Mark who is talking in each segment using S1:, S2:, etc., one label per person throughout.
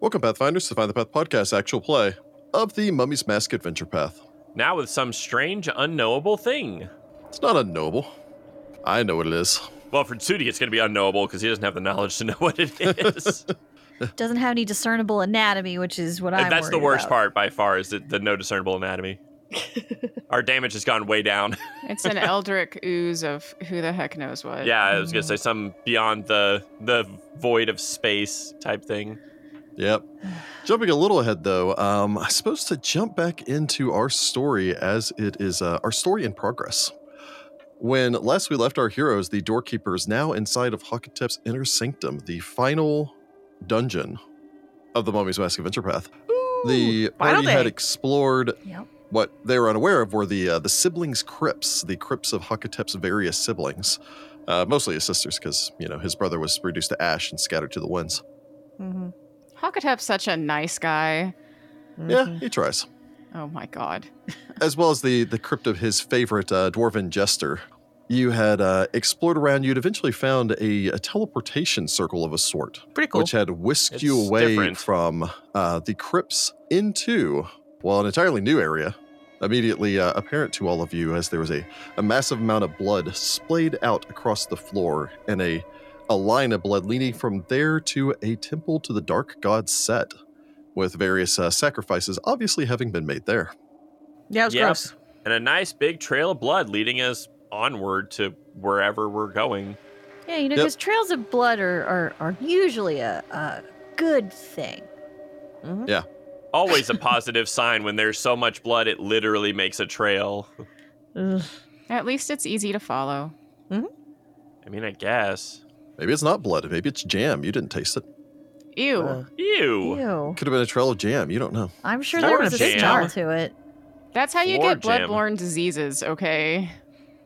S1: Welcome, Pathfinders, to Find the Path podcast actual play of the Mummy's Mask Adventure Path.
S2: Now with some strange, unknowable thing.
S1: It's not unknowable. I know what it is.
S2: Well, for Tsudi, it's going to be unknowable because he doesn't have the knowledge to know what it is.
S3: Doesn't have any discernible anatomy, which is what I'm.
S2: And that's the
S3: worried
S2: worst
S3: about.
S2: part by far is the, the no discernible anatomy. Our damage has gone way down.
S4: It's an eldritch ooze of who the heck knows what.
S2: yeah, I was going to say some beyond the the void of space type thing.
S1: Yep. Jumping a little ahead, though, um, I suppose to jump back into our story as it is uh, our story in progress. When last we left our heroes, the doorkeeper is now inside of Hakatep's inner sanctum, the final dungeon of the Mummy's Mask Adventure Path. the
S4: final
S1: party had
S4: day.
S1: explored
S3: Yep.
S1: what they were unaware of were the uh, the siblings' crypts, the crypts of Hakatep's various siblings, uh, mostly his sisters, because you know his brother was reduced to ash and scattered to the winds.
S5: Mm-hmm.
S3: Mhm.
S4: Hakatep's such a nice guy.
S1: Yeah, he tries.
S4: Oh my god.
S1: as well as the the crypt of his favorite uh, dwarven jester. You had uh, explored around. You'd eventually found a, a teleportation circle of a sort,
S5: Pretty cool.
S1: which had whisked you
S2: It's
S1: away
S2: different.
S1: from uh, the crypts into well an entirely new area. Immediately uh, apparent to all of you, as there was a, a massive amount of blood splayed out across the floor, and a a line of blood leading from there to a temple to the dark god Set, with various uh, sacrifices obviously having been made there.
S5: Yeah, it was
S2: Yep.
S5: gross.
S2: And a nice big trail of blood leading us onward to wherever we're going.
S3: Yeah, you know,
S1: Yep.
S3: because trails of blood are are, are usually a, a good thing.
S5: Mm-hmm.
S2: Always a positive sign when there's so much blood, it literally makes a trail.
S3: Ugh.
S4: At least it's easy to follow.
S2: I mean, I guess.
S1: Maybe it's not blood. Maybe it's jam. You didn't taste it.
S4: Ew.
S5: Uh,
S2: Ew.
S3: Ew.
S1: Could have been a trail of jam. You don't know.
S3: I'm sure
S2: Floor
S3: there was a
S2: jam.
S3: smell to it.
S4: That's how you
S2: floor
S4: get
S2: jam.
S4: bloodborne diseases, okay?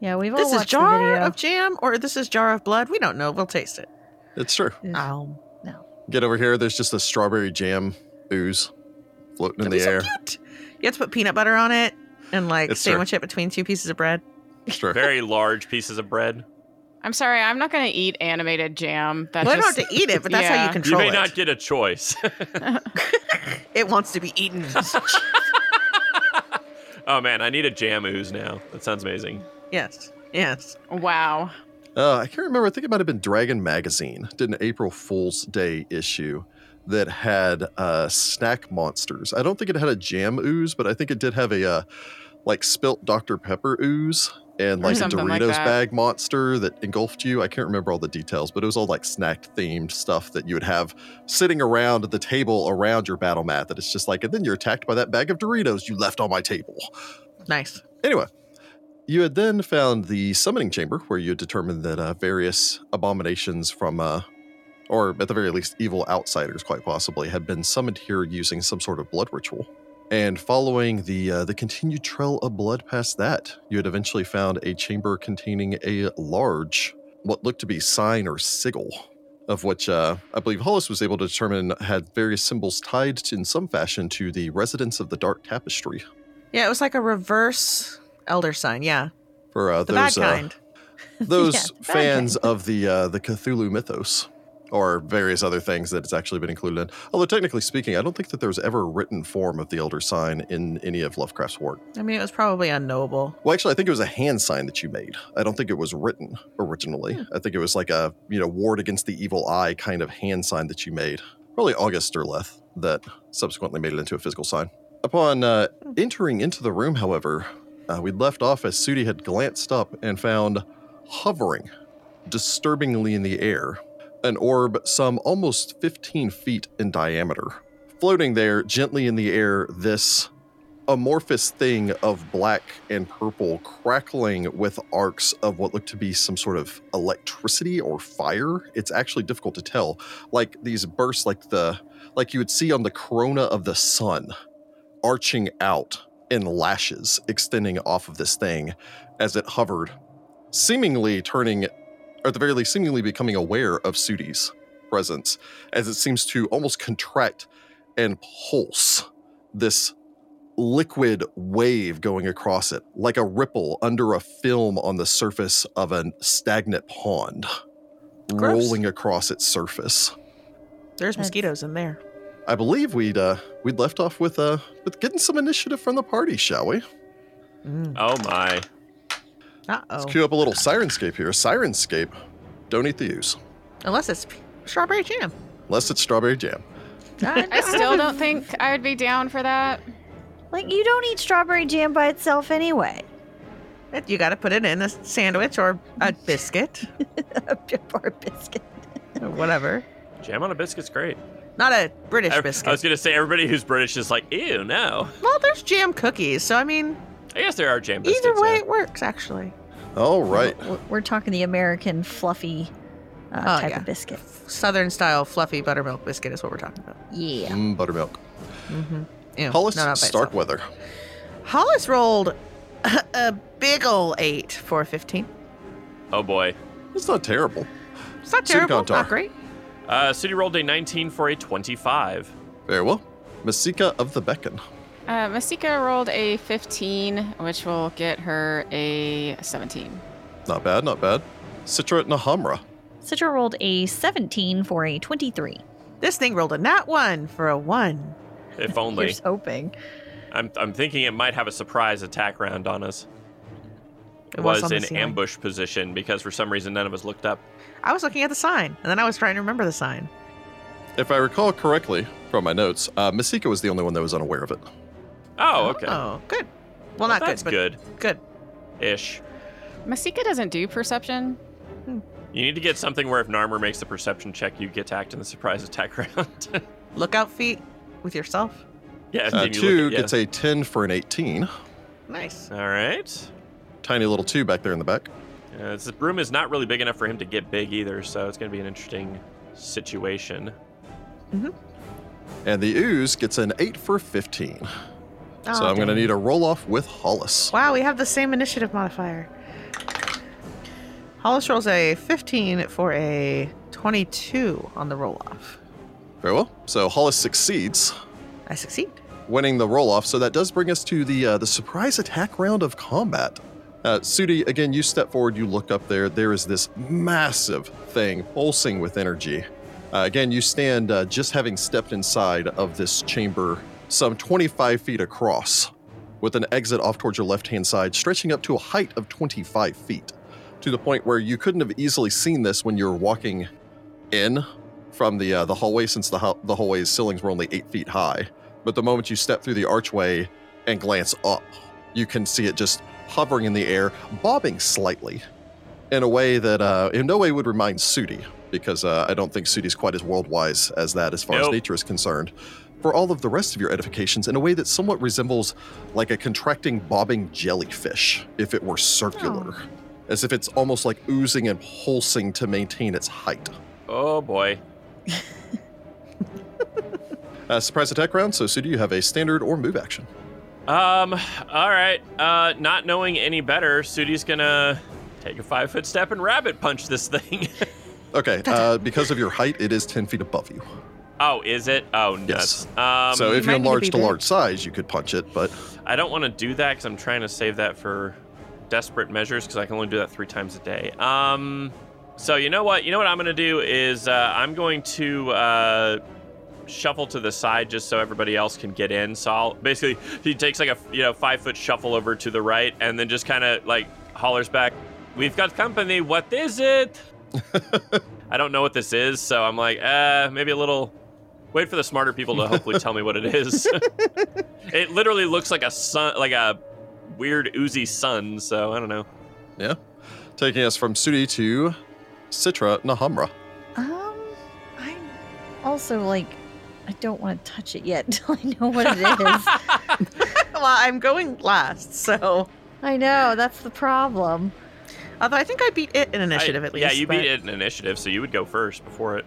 S3: Yeah, we've all
S5: This is
S3: watched the
S5: jar
S3: video.
S5: of jam or this is jar of blood. We don't know. We'll taste it.
S1: It's true.
S3: Ugh.
S5: Um,
S1: Get over here. There's just a strawberry jam ooze floating in
S5: that'd be
S1: the
S5: so
S1: air.
S5: cute. You have to put peanut butter on it and like
S1: It's true.
S5: sandwich it between two pieces of bread.
S1: It's true.
S2: Very large pieces of bread.
S4: I'm sorry, I'm not gonna eat animated jam. That
S5: well,
S4: just
S5: I don't have to eat it, but that's how
S4: Yeah.
S5: you
S4: You
S2: You
S5: control
S2: may
S5: it.
S2: not get a choice.
S5: It wants to be eaten.
S2: oh man, I need a jam ooze now. That sounds amazing.
S5: yes. Yes.
S4: wow.
S1: Uh, I can't remember. I think it might have been Dragon Magazine. Did an April Fool's Day issue that had uh, snack monsters. I don't think it had a jam ooze, but I think it did have a uh, like spilt Dr. Pepper ooze and
S4: Or
S1: like a
S4: something
S1: Doritos
S4: like that.
S1: bag monster that engulfed you. I can't remember all the details, but it was all like snack themed stuff that you would have sitting around the table around your battle mat. That it's just like, and then you're attacked by that bag of Doritos you left on my table.
S5: Nice.
S1: Anyway, you had then found the summoning chamber where you had determined that uh, various abominations from, uh, or at the very least, evil outsiders, quite possibly, had been summoned here using some sort of blood ritual. And following the uh, the continued trail of blood past that, you had eventually found a chamber containing a large, what looked to be sign or sigil, of which uh, I believe Hollis was able to determine had various symbols tied to, in some fashion to the residence of the Dark Tapestry.
S5: Yeah, it was like a reverse elder sign. Yeah.
S1: For uh,
S5: The
S1: those
S5: bad
S1: uh,
S5: kind.
S1: those
S3: Yeah, the bad
S1: fans of the uh, the Cthulhu mythos or various other things that it's actually been included in. Although technically speaking, I don't think that there was ever a written form of the Elder Sign in any of Lovecraft's work.
S5: I mean, it was probably unknowable.
S1: Well, actually, I think it was a hand sign that you made. I don't think it was written originally. I think it was like a you know ward against the evil eye kind of hand sign that you made. Probably August Derleth that subsequently made it into a physical sign. Upon uh, entering into the room, however, uh, we left off as Sudi had glanced up and found hovering, disturbingly in the air, an orb some almost 15 feet in diameter. Floating there, gently in the air, this amorphous thing of black and purple crackling with arcs of what looked to be some sort of electricity or fire. It's actually difficult to tell. Like these bursts like the like you would see on the corona of the sun arching out in lashes extending off of this thing as it hovered, seemingly turning or at the very least seemingly becoming aware of Sudi's presence as it seems to almost contract and pulse this liquid wave going across it, like a ripple under a film on the surface of a stagnant pond,
S5: Gross.
S1: rolling across its surface.
S5: There's
S3: That's-
S5: mosquitoes in there.
S1: I believe we'd uh, we'd left off with uh, with getting some initiative from the party, shall we?
S5: Mm.
S2: Oh my.
S5: Uh oh.
S1: Let's cue up a little sirenscape here. Sirenscape, don't eat the ooze
S5: Unless it's p- strawberry jam.
S1: unless it's strawberry jam.
S4: I still don't think I would be down for that.
S3: Like you don't eat strawberry jam by itself anyway.
S5: It- You got to put it in a sandwich or a biscuit
S3: A bar biscuit.
S5: or whatever.
S2: Jam on a biscuit's great.
S5: Not a British
S2: I,
S5: biscuit.
S2: I was gonna say everybody who's British is like, ew, no.
S5: Well, there's jam cookies, so I mean,
S2: I guess there are jam biscuits.
S5: either way,
S2: yeah.
S5: it works actually.
S1: All right,
S3: We're, we're talking the American fluffy uh,
S5: Oh,
S3: type
S5: yeah.
S3: of biscuit.
S5: Southern style fluffy buttermilk biscuit is what we're talking about.
S3: Yeah.
S1: Mm, buttermilk.
S5: Mm-hmm. Ew,
S1: Hollis
S5: no, not by itself.
S1: Starkweather.
S5: Hollis rolled a, big ol' eight for a fifteen.
S2: Oh boy.
S1: It's not terrible.
S5: It's not
S1: City
S5: terrible,
S1: Contar.
S5: not great.
S2: Uh, City rolled a 19 for a 25.
S1: Very well. Masika of the Beacon.
S4: Uh, Masika rolled a 15, which will get her a 17.
S1: Not bad, not bad. Citra Nahamra.
S3: Citra rolled a 17 for a 23.
S5: This thing rolled a nat one for a one.
S2: If
S3: You're
S2: only.
S3: just hoping.
S2: I'm, I'm thinking it might have a surprise attack round on us.
S5: It was
S2: was,
S5: on the
S2: in
S5: ceiling.
S2: ambush position because for some reason none of us looked up.
S5: I was looking at the sign, and then I was trying to remember the sign.
S1: If I recall correctly from my notes, uh, Masika was the only one that was unaware of it.
S2: Oh, okay.
S5: Oh, good. Well, not
S2: That's
S5: good,
S2: good
S5: but good.
S2: ish.
S4: Masika doesn't do perception.
S2: You need to get something where if Narmer makes the perception check, you get attacked in the surprise attack round.
S5: Lookout feet with yourself.
S2: yeah,
S1: Uh,
S2: then you
S1: two
S2: look at- yeah.
S1: gets a 10 for an 18.
S5: Nice.
S2: All right.
S1: Tiny little two back there in the back.
S2: Uh, this room is not really big enough for him to get big either, so it's going to be an interesting situation.
S1: And the ooze gets an 8 for 15. so I'm going to need a roll off with Hollis.
S5: Wow, we have the same initiative modifier. Hollis rolls a 15 for a 22 on the roll off.
S1: Very well. So Hollis succeeds,
S5: I succeed.
S1: winning the roll off. So that does bring us to the uh, the surprise attack round of combat. Uh, Sudi, again, you step forward, you look up there. There is this massive thing pulsing with energy. Uh, again, you stand uh, just having stepped inside of this chamber, some 25 feet across, with an exit off towards your left hand side, stretching up to a height of 25 feet, to the point where you couldn't have easily seen this when you're walking in from the uh, the hallway, since the, ho- the hallway's ceilings were only eight feet high. But the moment you step through the archway and glance up, you can see it just hovering in the air, bobbing slightly in a way that uh, in no way would remind Sudi, because uh, I don't think Sudi's quite as world-wise as that as far as
S2: Nope.
S1: nature is concerned. For all of the rest of your edifications, in a way that somewhat resembles like a contracting, bobbing jellyfish if it were circular, as if it's almost like oozing and pulsing to maintain its height.
S2: Oh boy.
S1: Uh, surprise attack round. So Sudi, you have a standard or move action.
S2: Um. All right. Uh. Not knowing any better, Sudi's gonna take a five foot step and rabbit punch this thing.
S1: Okay, uh, because of your height, it is 10 feet above you.
S2: oh, is it? Oh, nuts.
S1: Yes.
S2: Um,
S1: so if
S5: you
S1: you
S5: might need to
S1: enlarge
S5: be
S1: to
S5: big.
S1: large size, you could punch it, but
S2: I don't want to do that because I'm trying to save that for desperate measures because I can only do that three times a day. Um, so you know what? You know what I'm gonna do is uh, I'm going to uh, shuffle to the side just so everybody else can get in. So I'll, basically, he takes like a you know five foot shuffle over to the right and then just kind of like hollers back, "We've got company. What is it?" I don't know what this is, so I'm like, uh, maybe a little. Wait for the smarter people to hopefully tell me what it is. It literally looks like a sun, like a weird oozy sun. So I don't know.
S1: taking us from Sudi to Citra Nahamra.
S3: Um, I'm also like, I don't want to touch it yet until I know what it is.
S5: well, I'm going last, so.
S3: I know, that's the problem.
S5: Although I think I beat it in initiative
S2: I-
S5: at least.
S2: Yeah, you
S5: but-
S2: beat it in initiative, so you would go first before it.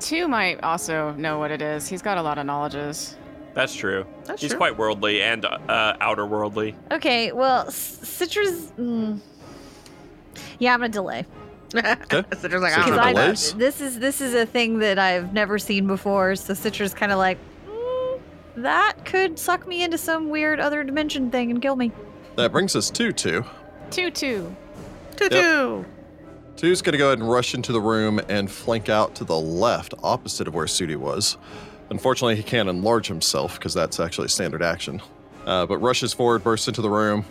S4: Two might also know what it is. He's got a lot of knowledges.
S2: That's true.
S5: That's
S2: He's
S5: true.
S2: quite worldly and uh, outer worldly.
S3: Okay, well, C- Citra's. Mm, yeah, I'm gonna delay
S5: so there's like, "Ah,
S1: So Citra
S5: I
S3: because
S5: don't know.
S3: I
S1: delays?
S3: this is this is a thing that I've never seen before. So Citra's kind of like, mm, that could suck me into some weird other dimension thing and kill me.
S1: That brings us to two.
S4: Two, two.
S5: Toot-toot.
S1: Two's going to go ahead and rush into the room and flank out to the left, opposite of where Sudi was. Unfortunately, he can't enlarge himself because that's actually a standard action. Uh, but rushes forward, bursts into the room.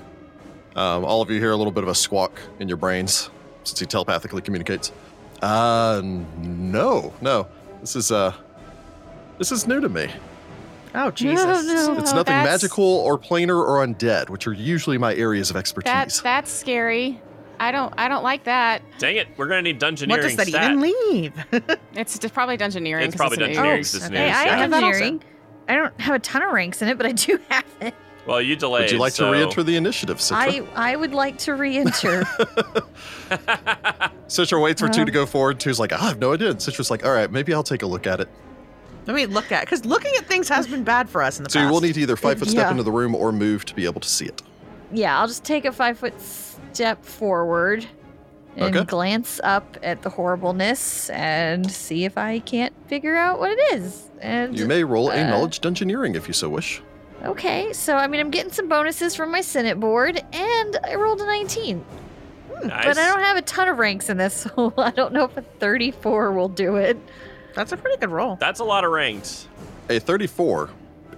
S1: Um, all of you hear a little bit of a squawk in your brains since he telepathically communicates. Uh, no, no. This is uh, this is new to me.
S5: Oh Jesus.
S4: no.
S1: It's nothing
S4: that's-
S1: magical or planar or undead, which are usually my areas of expertise.
S4: That that's scary. I don't I don't like that.
S2: Dang it, we're gonna need dungeoneering
S5: What does that
S2: stat.
S5: even leave?
S4: It's d- probably dungeoneering.
S2: It's
S4: 'cause
S2: probably
S4: an eight.
S2: dungeoneering.
S5: Oh,
S2: since it's
S5: okay.
S2: new,
S3: Hey, I
S2: yeah.
S5: Yeah,
S3: have
S5: that also.
S3: engineering. I don't have a ton of ranks in it, but I do have it.
S2: Well, you delayed.
S1: Would you like
S2: so-
S1: to re-enter the initiative, Citra?
S3: I I would like to re-enter.
S1: Citra waits for two
S3: Um,
S1: to go forward. Two's like, "Ah, I have no idea. And Citra's like, all right, maybe I'll take a look at it.
S5: Let me look at because looking at things has been bad for us in the
S1: So
S5: past.
S1: you will need to either five foot step
S3: Yeah.
S1: into the room or move to be able to see it.
S3: yeah, I'll just take a five foot step forward and
S1: Okay.
S3: glance up at the horribleness and see if I can't figure out what it is. And
S1: You may roll a
S3: Uh,
S1: knowledge dungeoneering if you so wish.
S3: okay, so I mean, I'm getting some bonuses from my Senate board, and I rolled a 19.
S2: Nice.
S3: But I don't have a ton of ranks in this, so I don't know if a 34 will do it.
S5: That's a pretty good roll.
S2: That's a lot of ranked.
S1: A 34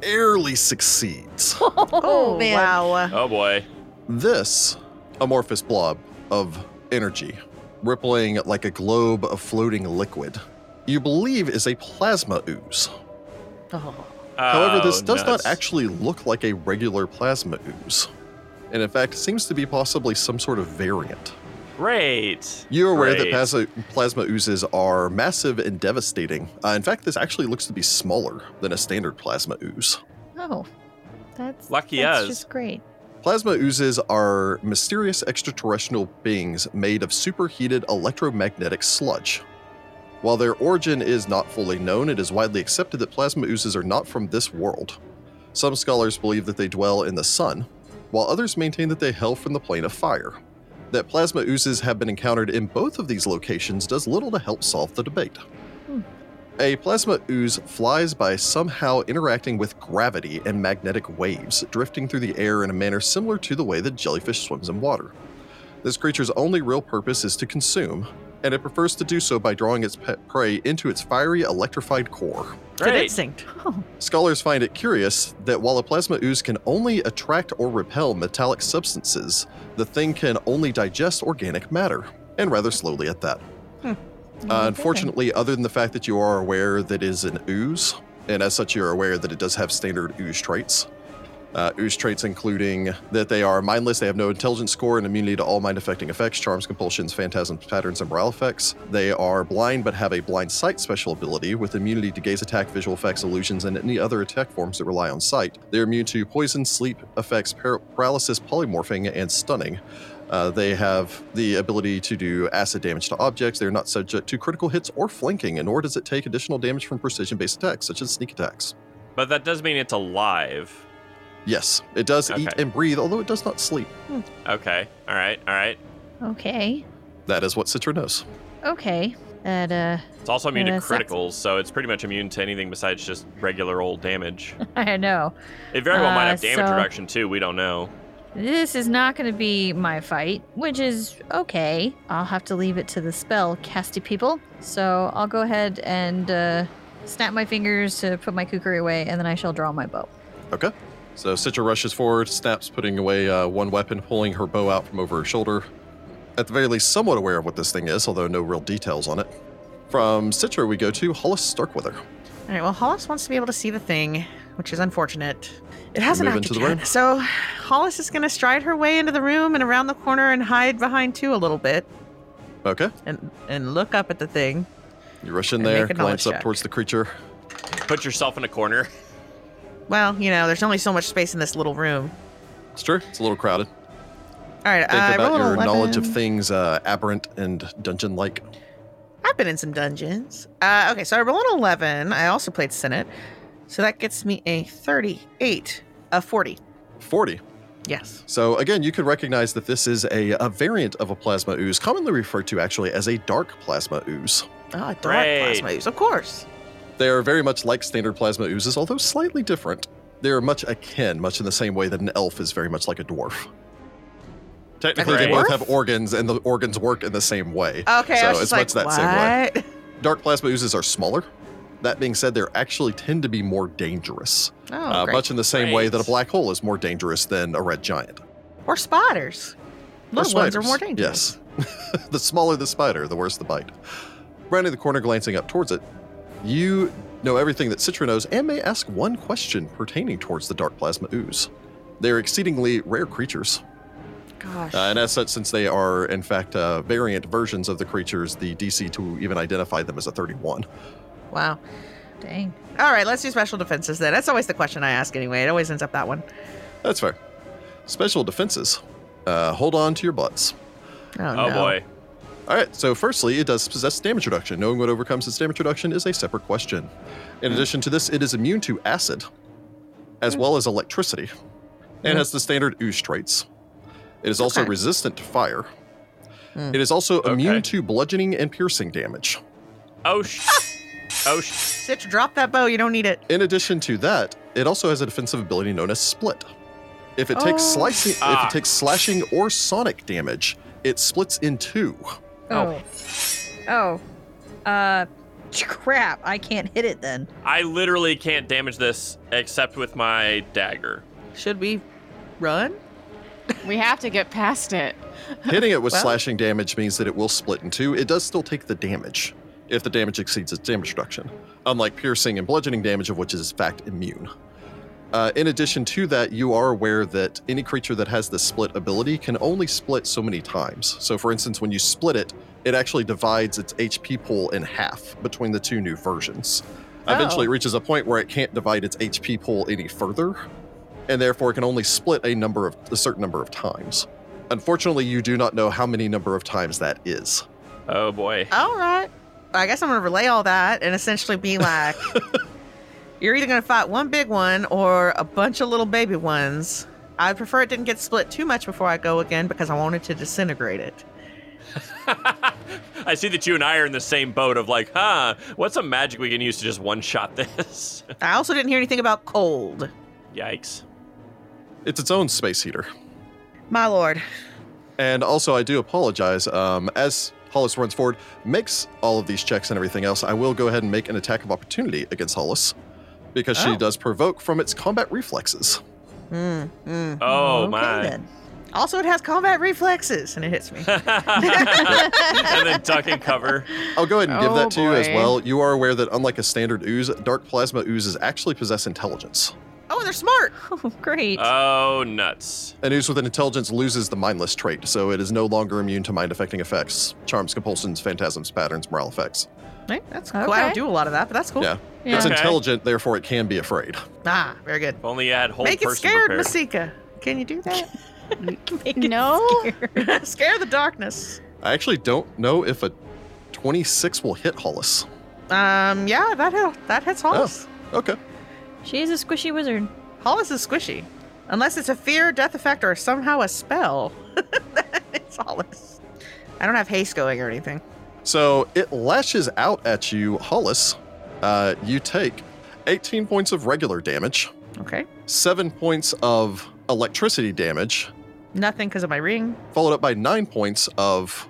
S1: barely succeeds.
S3: Oh, man.
S5: wow.
S2: Oh boy.
S1: This amorphous blob of energy, rippling like a globe of floating liquid, you believe is a plasma ooze.
S5: Oh.
S1: However,
S2: Oh,
S1: this does
S2: nuts.
S1: not actually look like a regular plasma ooze. And in fact, seems to be possibly some sort of variant.
S2: Great.
S1: You're aware that
S2: Great.
S1: plasma, plasma oozes are massive and devastating. Uh, in fact, this actually looks to be smaller than a standard plasma ooze.
S3: Oh, that's
S2: Lucky
S3: that's
S2: us.
S3: just great.
S1: Plasma oozes are mysterious extraterrestrial beings made of superheated electromagnetic sludge. While their origin is not fully known, it is widely accepted that plasma oozes are not from this world. Some scholars believe that they dwell in the sun, while others maintain that they hail from the plane of fire. That plasma oozes have been encountered in both of these locations does little to help solve the debate.
S3: Hmm.
S1: A plasma ooze flies by somehow interacting with gravity and magnetic waves, drifting through the air in a manner similar to the way that jellyfish swims in water. This creature's only real purpose is to consume, and it prefers to do so by drawing its pet prey into its fiery, electrified core.
S5: Good
S2: Great.
S5: instinct.
S1: Scholars find it curious that while a plasma ooze can only attract or repel metallic substances, the thing can only digest organic matter, and rather slowly at that. Uh, unfortunately, other than the fact that you are aware that it is an ooze, and as such, you're aware that it does have standard ooze traits. Uh, ooze traits including that they are mindless, they have no intelligence score, and immunity to all mind affecting effects, charms, compulsions, phantasms, patterns, and morale effects. They are blind but have a blind sight special ability with immunity to gaze attack, visual effects, illusions, and any other attack forms that rely on sight. They're immune to poison, sleep effects, par- paralysis, polymorphing, and stunning. Uh, they have the ability to do acid damage to objects. They are not subject to critical hits or flanking, and nor does it take additional damage from precision based attacks, such as sneak attacks.
S2: But that does mean it's alive.
S1: Yes, it does eat
S2: Okay.
S1: and breathe, although it does not sleep.
S2: Okay. All right. All right.
S3: Okay.
S1: That is what Citra knows.
S3: Okay. That uh,
S2: It's also immune
S3: Uh,
S2: to
S3: sucks.
S2: criticals, so it's pretty much immune to anything besides just regular old damage.
S3: I know
S2: It very well might
S3: Uh,
S2: have damage
S3: so-
S2: reduction too. We don't know.
S3: this is not going to be my fight, which is okay. I'll have to leave it to the spell casty people. So I'll go ahead and uh, snap my fingers to put my kukri away, and then I shall draw my bow.
S1: Okay. So Citra rushes forward, snaps, putting away uh, one weapon, pulling her bow out from over her shoulder. At the very least, somewhat aware of what this thing is, although no real details on it. From Citra, we go to Hollis Starkweather.
S5: All right. Well, Hollis wants to be able to see the thing, which is unfortunate. It hasn't
S1: move
S5: acted
S1: into the
S5: yet.
S1: room?
S5: So Hollis is going to stride her way into the room and around the corner and hide behind two a little bit
S1: Okay.
S5: and and look up at the thing.
S1: You rush in
S5: And
S1: there,
S5: make a knowledge
S1: glance up
S5: check.
S1: towards the creature.
S2: Put yourself in a corner.
S5: Well, you know, there's only so much space in this little room.
S1: It's true. It's a little crowded.
S5: All right.
S1: Think
S5: I
S1: about
S5: rolled
S1: your knowledge of
S5: 11.
S1: things uh, aberrant and dungeon like.
S5: I've been in some dungeons. Uh, okay, so I rolled an 11. I also played Senate. So that gets me a 38, a 40.
S1: 40.
S5: Yes.
S1: So, again, you could recognize that this is a, a variant of a plasma ooze, commonly referred to actually as a dark plasma ooze.
S5: Oh, a dark
S2: Great.
S5: plasma ooze, of course.
S1: They are very much like standard plasma oozes, although slightly different. They are much akin, much in the same way that an elf is very much like a dwarf. Technically, they
S5: dwarf?
S1: both have organs, and the organs work in the same way.
S5: Okay,
S1: So
S5: I was
S1: it's
S5: just
S1: much
S5: like,
S1: that same way.
S5: what?
S1: Dark plasma oozes are smaller, That being said, they actually tend to be more dangerous,
S5: Oh,
S1: uh,
S5: great.
S1: much in the same way that a
S2: Great.
S1: black hole is more dangerous than a red giant.
S5: or spiders.
S1: Or
S5: Little ones are
S1: spiders.
S5: more dangerous.
S1: Yes. the smaller the spider, the worse the bite. Rounding the corner, glancing up towards it, you know everything that Citra knows and may ask one question pertaining towards the dark plasma ooze. They are exceedingly rare creatures.
S5: Gosh.
S1: Uh, and as such, since they are, in fact, uh, variant versions of the creatures, the DC to even identify them as a 31.
S5: wow.
S3: Dang.
S5: All right, let's do special defenses then. That's always the question I ask anyway. It always ends up that one.
S1: That's fair. Special defenses. Uh, hold on to your butts.
S5: Oh,
S2: Oh,
S5: no.
S2: boy.
S1: All right, so firstly, it does possess damage reduction. Knowing what overcomes its damage reduction is a separate question. In
S5: Hmm.
S1: addition to this, it is immune to acid, as well as electricity, and
S5: Hmm.
S1: has the standard ooze traits. It is also
S5: Okay.
S1: resistant to fire.
S5: Hmm.
S1: It is also
S2: Okay.
S1: immune to bludgeoning and piercing damage.
S2: Oh, sh. Oh, sh.
S5: Sitch, drop that bow. You don't need it.
S1: In addition to that, it also has a defensive ability known as Split. If it takes
S5: Oh.
S1: slicing,
S2: Ah.
S1: if it takes slashing or sonic damage, it splits in two.
S2: Oh.
S3: Oh. Oh. Uh, crap. I can't hit it then.
S2: I literally can't damage this except with my dagger.
S5: Should we run?
S4: Oh, We have to get past it.
S1: Hitting it with
S5: Well-
S1: slashing damage means that it will split in two. It does still take the damage if the damage exceeds its damage reduction, unlike piercing and bludgeoning damage, of which it is in fact immune. Uh, in addition to that, you are aware that any creature that has the split ability can only split so many times. So, for instance, when you split it, it actually divides its HP pool in half between the two new versions. Eventually, it
S5: Oh.
S1: reaches a point where it can't divide its HP pool any further, and therefore it can only split a number of a certain number of times. Unfortunately, you do not know how many number of times that is.
S2: Oh, boy.
S5: All right. I guess I'm going to relay all that and essentially be like, you're either going to fight one big one or a bunch of little baby ones. I prefer it didn't get split too much before I go again because I wanted to disintegrate it.
S2: I see that you and I are in the same boat of like, huh, what's some magic we can use to just one shot this?
S5: I also didn't hear anything about cold.
S2: Yikes.
S1: It's its own space heater.
S5: My lord.
S1: And also, I do apologize. Um, as Hollis runs forward, makes all of these checks and everything else, I will go ahead and make an attack of opportunity against Hollis because she
S5: Oh.
S1: does provoke from its combat reflexes.
S5: Mm, mm.
S2: Oh,
S3: okay,
S2: my.
S3: Then.
S5: Also, it has combat reflexes and it hits me.
S2: and then duck and cover.
S1: I'll go ahead and give
S4: Oh,
S1: that to you as
S4: boy.
S1: well. You are aware that unlike a standard ooze, dark plasma oozes actually possess intelligence.
S5: Oh, they're smart.
S3: Oh, great.
S2: Oh, nuts.
S1: An ooze with an intelligence loses the mindless trait, so it is no longer immune to mind affecting effects, charms, compulsions, phantasms, patterns, morale effects.
S5: Hey, that's cool. I don't
S3: Okay.
S5: do a lot of that, but that's cool.
S1: Yeah.
S3: yeah.
S1: It's
S2: Okay.
S1: intelligent, therefore it can be afraid.
S5: Ah, very good.
S2: If only you had whole
S5: Make it
S2: person
S5: scared,
S2: prepared.
S5: Masika. Can you do that?
S3: Make it
S4: No.
S3: scare.
S5: Scare the darkness.
S1: I actually don't know if a 26 will hit Hollis.
S5: Um, yeah, that hit, that hits Hollis.
S1: Okay.
S3: She's a squishy wizard.
S2: Oh.
S5: Hollis is squishy, unless it's a fear, death effect, or somehow a spell. it's Hollis. I don't have haste going or anything.
S1: So it lashes out at you, Hollis. Uh, you take 18 points of regular damage,
S5: Okay,
S1: 7 points of electricity damage,
S5: nothing because of my ring.
S1: followed up by 9 points of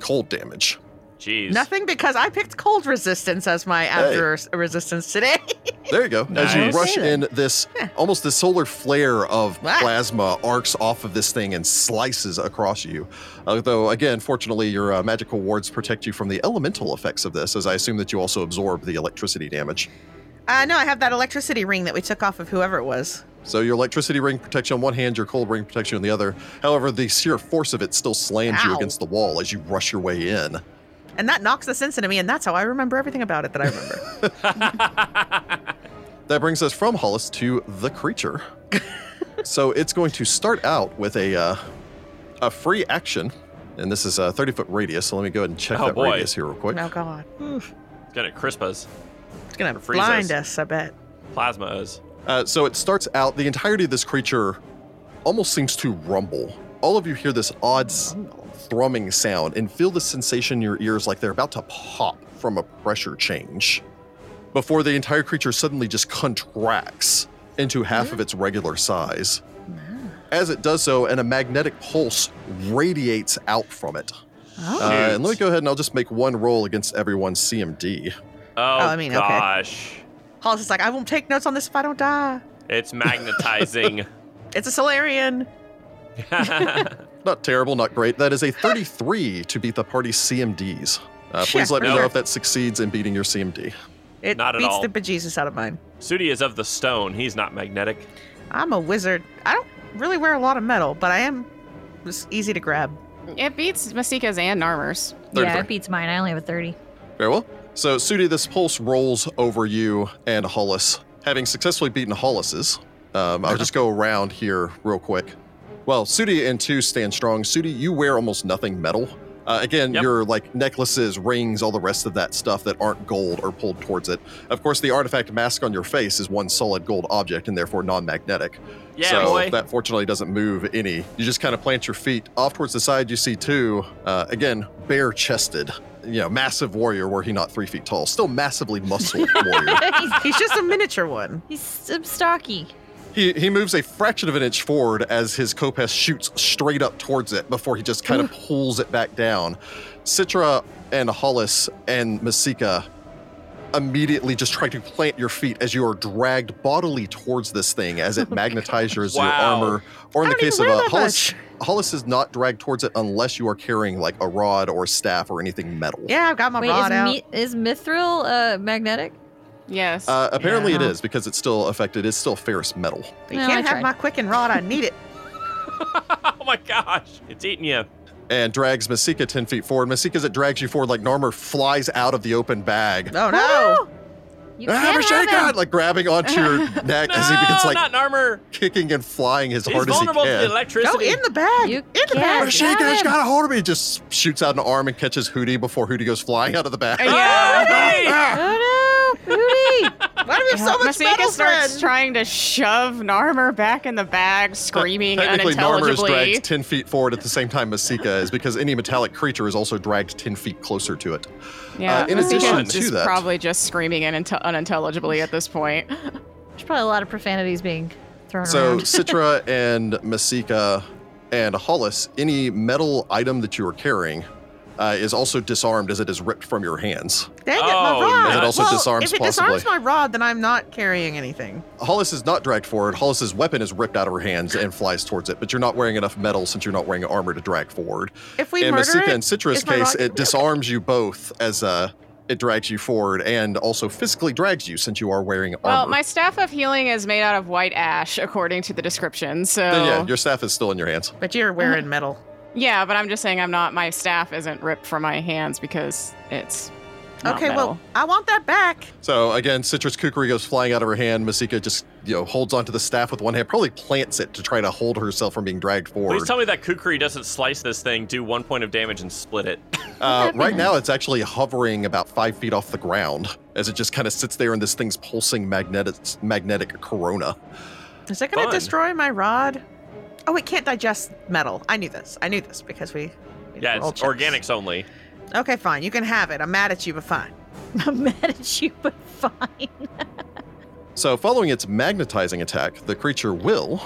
S1: cold damage.
S2: Jeez.
S5: Nothing because I picked cold resistance as my after resistance today.
S1: There you go. As you
S2: Nice.
S1: rush
S5: Okay,
S1: in, this almost this solar flare of
S5: Wow.
S1: plasma arcs off of this thing and slices across you. Although, again, fortunately, your uh, magical wards protect you from the elemental effects of this, as I assume that you also absorb the electricity damage.
S5: uh, no, I have that electricity ring that we took off of whoever it was.
S1: So your electricity ring protects you on one hand, your cold ring protects you on the other. However, the sheer force of it still slams you
S5: Ow.
S1: against the wall as you rush your way in.
S5: And that knocks the sense into me, and that's how I remember everything about it that I remember.
S1: That brings us from Hollis to the creature. so it's going to start out with a uh, a free action, and this is a 30 foot radius. So let me go ahead and check
S2: Oh,
S1: that
S2: boy.
S1: radius here real quick.
S5: oh, God.
S2: it's gonna crisp us.
S5: It's gonna
S2: Freeze
S5: blind
S2: us.
S5: us. I bet.
S2: Plasma us.
S1: Uh, so it starts out. The entirety of this creature almost seems to rumble. All of you hear this odd s- thrumming sound and feel the sensation in your ears like they're about to pop from a pressure change. Before the entire creature suddenly just contracts into half of its regular size. As it does so, and a magnetic pulse radiates out from it.
S5: Oh.
S1: Uh, and let me go ahead and I'll just make one roll against everyone's CMD.
S2: Oh,
S5: I mean, okay.
S2: gosh.
S5: Hollis is like, I won't take notes on this if I don't die.
S2: It's magnetizing.
S5: It's a Solarian.
S1: Not terrible, not great. That is a 33 to beat the party's CMDs. Uh, please
S5: Yeah,
S1: let me
S2: sure.
S1: know if that succeeds in beating your CMD.
S5: It
S2: Not at
S5: beats
S2: all.
S5: the bejesus out of mine.
S2: Sudi is of the stone. He's not magnetic.
S5: I'm a wizard. I don't really wear a lot of metal, but I am just easy to grab.
S4: It beats Masika's and Narmer's.
S3: Yeah,
S1: 33.
S3: it beats mine. I only have a 30.
S1: Very well. So, Sudi, this pulse rolls over you and Hollis. Having successfully beaten Hollis's, um,
S2: Uh-huh.
S1: I'll just go around here real quick. Well, Sudi and two stand strong. Sudi, you wear almost nothing metal. Uh, again,
S2: Yep.
S1: your like necklaces, rings, all the rest of that stuff that aren't gold are pulled towards it. Of course, the artifact mask on your face is one solid gold object and therefore non-magnetic.
S2: Yeah,
S1: so
S2: boy.
S1: that fortunately doesn't move any. You just kind of plant your feet off towards the side. You see two, uh, again, bare-chested, you know, massive warrior. Were he not three feet tall, still massively muscled warrior.
S3: he's,
S5: He's just a miniature one.
S3: he's um, stocky.
S1: He he moves a fraction of an inch forward as his Kopess shoots straight up towards it before he just kind of pulls it back down. Citra and Hollis and Masika immediately just try to plant your feet as you are dragged bodily towards this thing as it magnetizes your
S2: Wow.
S1: armor. Or in
S5: I
S1: the
S5: don't
S1: case
S5: even
S1: of
S5: wear
S1: uh,
S5: that
S1: Hollis,
S5: much.
S1: Hollis is not dragged towards it unless you are carrying like a rod or a staff or anything metal.
S5: Yeah, I've got my
S3: Wait, is,
S5: rod out.
S3: mi- is Mithril uh, magnetic?
S4: Yes.
S1: Uh, apparently it
S5: Yeah.
S1: is because it's still affected. It's still ferrous metal.
S5: you
S3: No, I
S5: can't have
S3: tried.
S5: my quicken rod. I need it.
S2: oh my gosh. It's eating you.
S1: and drags Masika 10 feet forward. Masika, as it drags you forward, like Narmer flies out of the open bag.
S5: Oh no!
S3: You
S1: Ah,
S3: can't
S1: Masika!
S3: have him.
S1: Like grabbing onto your neck
S2: No,
S1: as he begins like
S2: not an armor.
S1: kicking and flying as
S2: He's
S1: hard as he
S2: vulnerable to the
S1: can.
S5: Go
S2: electricity.
S5: in the bag.
S3: You
S5: in the
S3: can't.
S5: bag.
S1: Masika
S3: Grab
S1: has
S3: him.
S1: got a hold of me. He just shoots out an arm and catches Hootie before Hootie goes flying out of the bag.
S2: Oh, hey!
S3: Oh no, Hootie!
S5: Why do we have so much
S4: Masika
S5: metal
S4: starts
S5: friend?
S4: trying to shove Narmer back in the bag, screaming
S1: Technically, Narmer is
S4: unintelligibly.
S1: dragged 10 feet forward at the same time Masika is because any metallic creature is also dragged 10 feet closer to it.
S4: Yeah,
S1: Uh, in
S4: Masika
S2: addition
S4: is
S1: to
S4: just
S1: that- Um,
S4: probably just screaming unintel- unintelligibly at this point.
S3: There's probably a lot of profanities being thrown
S1: So
S3: around.
S1: Citra and Masika and Hollis, any metal item that you are carrying uh, is also disarmed as it is ripped from your hands.
S5: Dang it,
S2: Oh,
S5: my
S2: no.
S5: rod.
S2: Is it
S1: also
S5: well,
S1: disarms
S5: if it disarms
S1: possibly?
S5: my rod, then I'm not carrying anything.
S1: Hollis is not dragged forward. Hollis's weapon is ripped out of her hands and flies towards it, but you're not wearing enough metal since you're not wearing armor to drag forward.
S5: If we
S1: in
S5: murder
S1: Masika
S5: it,
S1: and Citra's
S5: is my
S1: case,
S5: rod-
S1: it disarms you both as uh, it drags you forward and also physically drags you since you are wearing armor.
S4: Well, my staff of healing is made out of white ash, according to the description. So
S1: Then,
S5: Oh.
S1: yeah, your staff is still in your hands.
S5: but you're wearing metal.
S4: Yeah, but I'm just saying I'm not. My staff isn't ripped from my hands because it's. not
S5: Okay,
S4: metal.
S5: well, I want that back.
S1: So again, Citrus Kukri goes flying out of her hand. Masika just you know holds onto the staff with one hand, probably plants it to try to hold herself from being dragged forward.
S2: Please tell me that Kukri doesn't slice this thing, do one point of damage, and split it.
S1: uh,
S3: happened?
S1: right now, it's actually hovering about five feet off the ground as it just kind of sits there in this thing's pulsing magnetic magnetic corona.
S5: Is it going
S2: Fun.
S5: to destroy my rod? Oh, it can't digest metal. I knew this. I knew this because we. we
S2: Yeah,
S5: rolled
S2: it's
S5: checks.
S2: organics only.
S5: Okay, fine. You can have it. I'm mad at you, but fine.
S3: I'm mad at you, but fine.
S1: So, following its magnetizing attack, the creature will.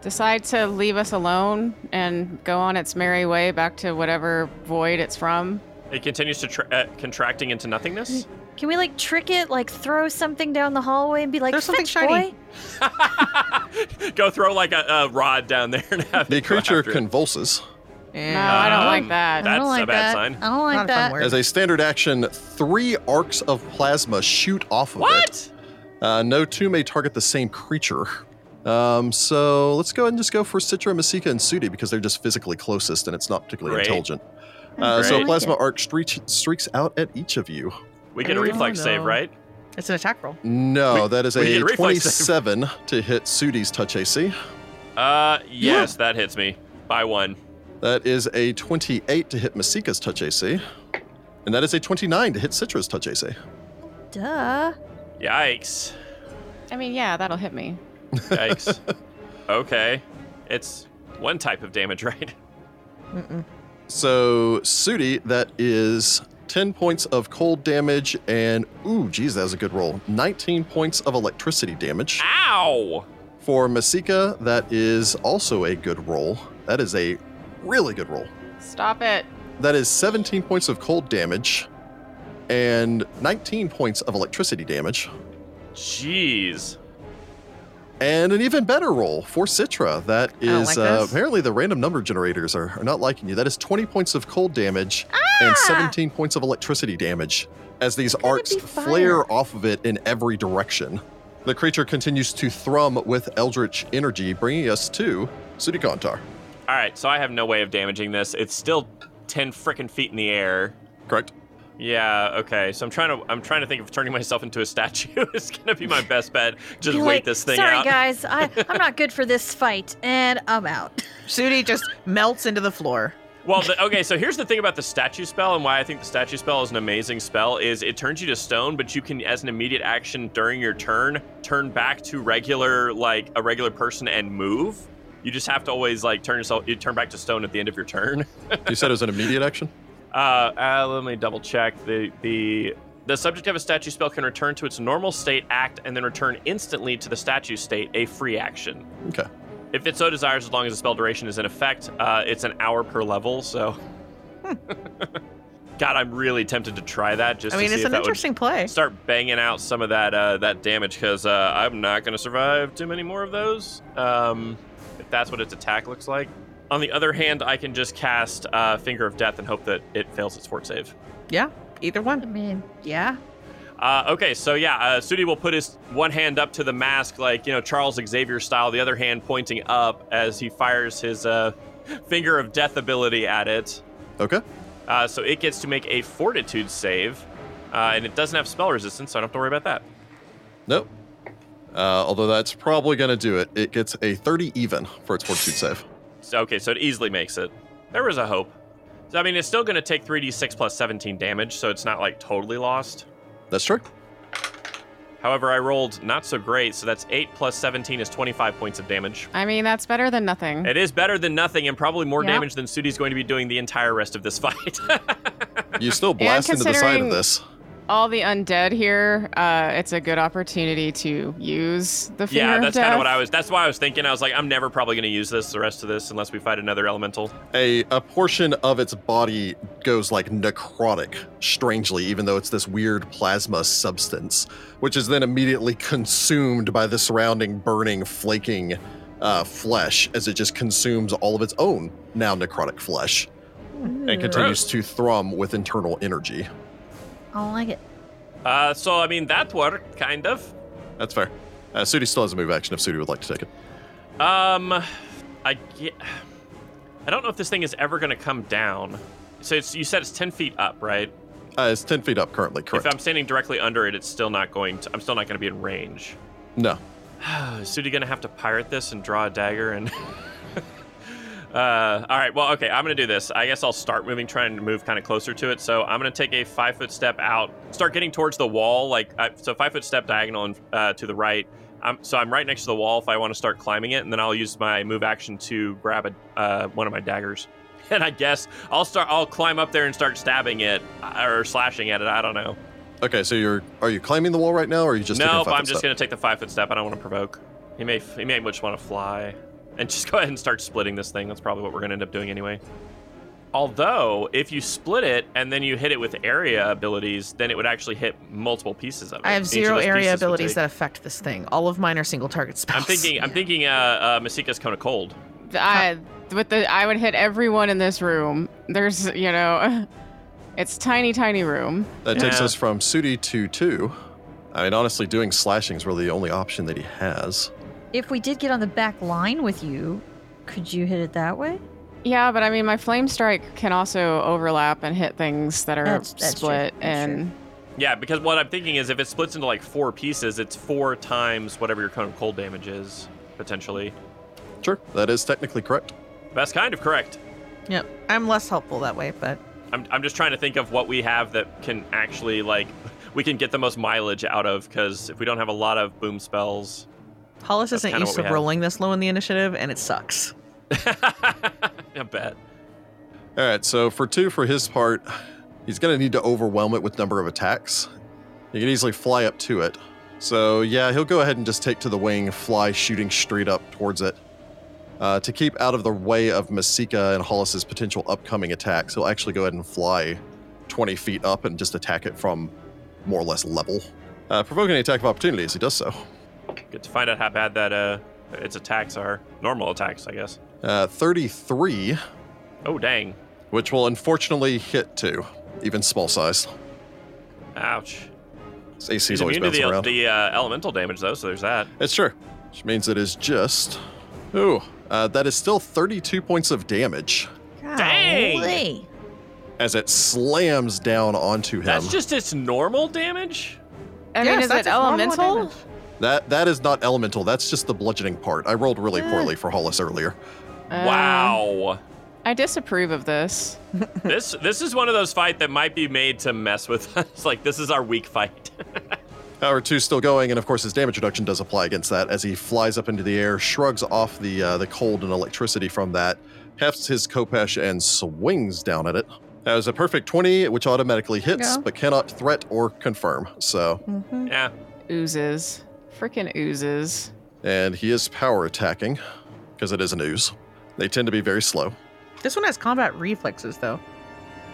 S4: decide to leave us alone and go on its merry way back to whatever void it's from.
S2: It continues to tra- uh, contracting into nothingness.
S3: Can we like trick it? Like throw something down the hallway and be like,
S5: There's something
S3: "Fetch,
S5: shiny."
S3: boy."
S2: Go throw like a, a rod down there and have
S1: The
S2: it go
S1: creature
S2: after it.
S1: convulses.
S4: No, I don't
S2: Um,
S4: like
S3: I
S4: that.
S2: That's
S3: don't
S2: a
S3: like
S2: bad
S3: that.
S2: sign.
S3: I don't like
S5: Not a fun
S3: that.
S5: word.
S1: As a standard action, three arcs of plasma shoot off of it.
S2: What?
S1: Uh, no two may target the same creature. Um, so let's go ahead and just go for Citra, Masika, and Sudi because they're just physically closest and it's not particularly
S2: Great. Hmm,
S1: intelligent.
S3: I
S1: Uh, So
S3: don't like
S1: Plasma
S3: it.
S1: Arc streaks, streaks out at each of you.
S2: We get a
S5: Oh,
S2: reflex save,
S5: no.
S2: right?
S5: It's an attack roll.
S1: No, that is
S2: we get
S1: a
S2: a reflex save.
S1: 27 to hit Sudi's touch AC.
S2: Uh, yes, that hits me by one.
S1: That is a 28 to hit Masika's touch AC. And that is a 29 to hit Citra's touch AC.
S3: Duh.
S2: Yikes!
S4: I mean, yeah, that'll hit me.
S2: Yikes! okay, it's one type of damage, right?
S5: Mm-mm.
S1: So, Sudi, that is 10 points of cold damage and, ooh, geez, that was a good roll. 19 points of electricity damage.
S2: Ow!
S1: For Masika, that is also a good roll. That is a really good roll.
S4: Stop it.
S1: That is 17 points of cold damage and 19 points of electricity damage.
S2: Jeez.
S1: And an even better roll for Citra. That
S5: don't
S1: is
S5: like
S1: uh,
S5: this.
S1: apparently the random number generators are, are not liking you. That is 20 points of cold damage and 17 points of electricity damage as these arcs
S3: be fire.
S1: flare off of it in every direction. The creature continues to thrum with Eldritch energy, bringing us to Sudikantar.
S2: All right, so I have no way of damaging this. It's still ten frickin' feet in the air.
S1: Correct?
S2: Yeah. Okay. So I'm trying to I'm trying to think of turning myself into a statue. it's gonna be my best bet. Just
S3: Be
S2: wait
S3: like,
S2: this thing
S3: Sorry,
S2: out.
S3: guys, I, I'm not good for this fight, and I'm out.
S5: Sudi just melts into the floor.
S2: Well, the, okay. So here's the thing about the statue spell and why I think the statue spell is an amazing spell is it turns you to stone, but you can, as an immediate action during your turn, turn back to regular like a regular person and move. You just have to always like turn yourself. You turn back to stone at the end of your turn.
S1: You said it was an immediate action?
S2: Uh, uh, let me double check. The the the subject of a statue spell can return to its normal state, act, and then return instantly to the statue state, a free action.
S1: Okay.
S2: If it so desires, as long as the spell duration is in effect, uh, it's an hour per level. So, God, I'm really tempted to try that just
S5: I mean,
S2: to see
S5: it's
S2: if
S5: an
S2: that would
S5: interesting play.
S2: start banging out some of that uh, that damage because uh, I'm not going to survive too many more of those. Um, if that's what its attack looks like. On the other hand, I can just cast uh, Finger of Death and hope that it fails its fort save.
S5: Either
S3: I
S5: one.
S3: mean, yeah.
S2: Uh, okay, so yeah, uh, Sudi will put his one hand up to the mask, like you know Charles Xavier style, the other hand pointing up as he fires his uh, Finger of Death ability at it.
S1: Okay.
S2: Uh, so it gets to make a Fortitude save, uh, and it doesn't have spell resistance, so I don't have to worry about that.
S1: Nope. Uh, although that's probably going to do it. It gets a 30 even for its fortitude save.
S2: So, okay, so it easily makes it. There was a hope. So, I mean, it's still going to take 3d6 plus 17 damage, so it's not like totally lost.
S1: That's true.
S2: However, I rolled not so great, so that's 8 plus 17 is 25 points of damage.
S4: I mean, that's better than nothing.
S2: It is better than nothing and probably more
S3: Yeah.
S2: damage than Sudi's going to be doing the entire rest of this fight.
S1: You still blast into the side of
S4: considering-
S1: this.
S4: All the undead here, uh, it's a good opportunity to use the finger
S2: yeah,
S4: of
S2: that's kind of
S4: death.
S2: what I was that's why I was thinking. I was like I'm never probably going to use this the rest of this unless we fight another elemental.
S1: a a portion of its body goes like necrotic strangely even though it's this weird plasma substance which is then immediately consumed by the surrounding burning flaking uh, flesh as it just consumes all of its own now necrotic flesh and continues to thrum with internal energy
S3: I don't like it.
S2: Uh, so I mean that worked kind of.
S1: that's fair uh, Sudi still has a move action if Sudi would like to take it
S2: Um, I ge- I don't know if this thing is ever going to come down. So it's, you said it's ten feet up, right?
S1: uh, it's 10 feet up currently correct
S2: If I'm standing directly under it, it's still not going. to I'm still not going to be in range.
S1: no
S2: is Sudi going to have to pirate this and draw a dagger and? Uh, all right. Well, okay. I'm gonna do this. I guess I'll start moving, trying to move kind of closer to it. So I'm gonna take a five foot step out, start getting towards the wall. Like I, so, five foot step diagonal and, uh, to the right. I'm, so I'm right next to the wall if I want to start climbing it, and then I'll use my move action to grab a, uh, one of my daggers. And I guess I'll start. I'll climb up there and start stabbing it uh, or slashing at it. I don't know.
S1: okay so you're are you climbing the wall right now or are you just taking a
S2: nope.
S1: five
S2: I'm
S1: foot
S2: just
S1: step?
S2: gonna take the five foot step. I don't want to provoke. He may he may just want to fly, and just go ahead and start splitting this thing. That's probably what we're gonna end up doing anyway. Although, if you split it and then you hit it with area abilities, then it would actually hit multiple pieces of it.
S5: I have
S2: Each of
S5: zero
S2: those pieces
S5: area
S2: would
S5: abilities
S2: take-
S5: that affect this thing. All of mine are single target spells.
S2: I'm thinking. I'm thinking. Uh, uh, Masika's cone of cold.
S4: I, with the, I would hit everyone in this room. There's, you know, it's tiny, tiny room.
S1: That takes
S2: Yeah.
S1: us from Sudi to two. I mean, honestly, doing slashing is really the only option that he has.
S3: If we did get on the back line with you, could you hit it that way?
S4: Yeah, but I mean, my flame strike can also overlap and hit things that are
S3: That's- that's true.
S4: split.
S3: That's
S4: and
S2: Yeah, because what I'm thinking is if it splits into like four pieces, it's four times whatever your cone of cold damage is potentially.
S1: Sure, that is technically correct.
S2: That's kind of correct.
S5: Yep. I'm less helpful that way, but
S2: I'm, I'm just trying to think of what we have that can actually like we can get the most mileage out of because if we don't have a lot of boom spells
S5: Hollis
S2: That's
S5: isn't
S2: kinda
S5: used
S2: what
S5: to
S2: we have.
S5: rolling this low in the initiative, and it sucks.
S2: I bet
S1: All right, so for two, for his part, he's going to need to overwhelm it with number of attacks. He can easily fly up to it. So, yeah, he'll go ahead and just take to the wing, fly shooting straight up towards it. Uh, to keep out of the way of Masika and Hollis's potential upcoming attacks, he'll actually go ahead and fly 20 feet up and just attack it from more or less level. Uh, provoking an attack of opportunity as he does so.
S2: Good to find out how bad that uh, its attacks are. Normal attacks, I guess.
S1: Uh, 33,
S2: Oh dang!
S1: which will unfortunately hit two, even small size.
S2: Ouch.
S1: His AC's
S2: He's
S1: always
S2: immune to
S1: bouncing
S2: the,
S1: around.
S2: the uh, elemental damage though, so there's that.
S1: It's true. Which means it is just. Ooh, uh, that is still 32 points of damage
S2: Dang!
S3: Golly.
S1: as it slams down onto him.
S2: That's just its normal damage.
S4: I
S5: Yes,
S4: mean, is
S5: that's
S4: it
S5: just normal
S4: elemental?
S5: damage.
S1: that that is not elemental. That's just the bludgeoning part. I rolled really poorly for Hollis earlier.
S3: Um.
S4: Uh,
S2: wow.
S4: I disapprove of this.
S2: this this is one of those fight that might be made to mess with us. Like this is our weak fight.
S1: Hour two still going, and of course his damage reduction does apply against that as he flies up into the air, shrugs off the uh, the cold and electricity from that, hefts his kopesh and swings down at it. That was a perfect 20, which automatically hits,
S3: Yeah.
S1: but cannot threat or confirm. So,
S5: Mhm.
S2: yeah.
S4: Oozes. Freaking oozes.
S1: and he is power attacking because it is an ooze. They tend to be very slow.
S5: This one has combat reflexes, though.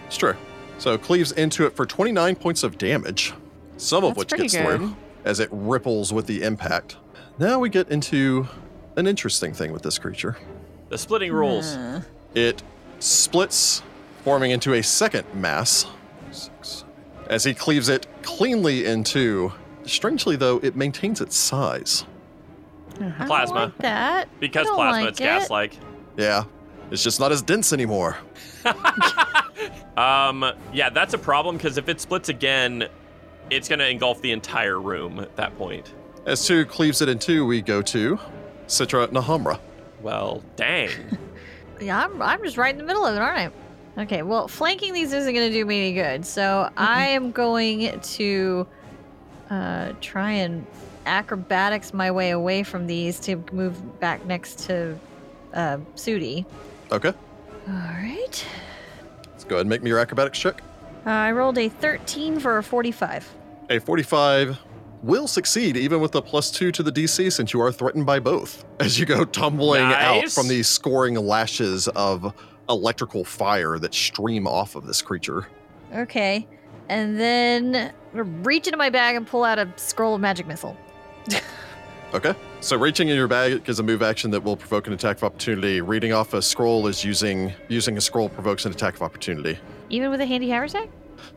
S1: It's true. So cleaves into it for 29 points of damage, some of
S4: That's
S1: which
S4: pretty
S1: gets
S4: good.
S1: through as it ripples with the impact. Now we get into an interesting thing with this creature.
S2: The splitting rules.
S3: Hmm.
S1: It splits, forming into a second mass. Six. As he cleaves it cleanly in two, strangely though, it maintains its size.
S3: I don't
S2: Plasma.
S3: like that.
S2: Because
S3: I don't
S2: plasma,
S3: like
S2: it's gas
S3: it.
S2: like.
S1: Yeah, it's just not as dense anymore.
S2: Um, yeah, that's a problem because if it splits again, it's gonna engulf the entire room at that point.
S1: As two cleaves it in two, we go to Citra Nahamra.
S2: Well, dang.
S3: Yeah, I'm, I'm just right in the middle of it, aren't I? Okay, well, flanking these isn't going to do me any good. So I am going to uh, try and acrobatics my way away from these to move back next to uh, Sudi.
S1: Okay,
S3: All right.
S1: let's go ahead and make me your acrobatics check.
S3: Uh, I rolled a 13 for a 45.
S1: A 45 will succeed even with a plus two to the DC since you are threatened by both. As you go tumbling out
S2: Nice.
S1: from the scoring lashes of electrical fire that stream off of this creature.
S3: Okay. And then I'm gonna reach into my bag and pull out a scroll of magic missile.
S1: Okay. So reaching in your bag is a move action that will provoke an attack of opportunity. Reading off a scroll is using using a scroll provokes an attack of opportunity.
S3: Even with a handy haversack?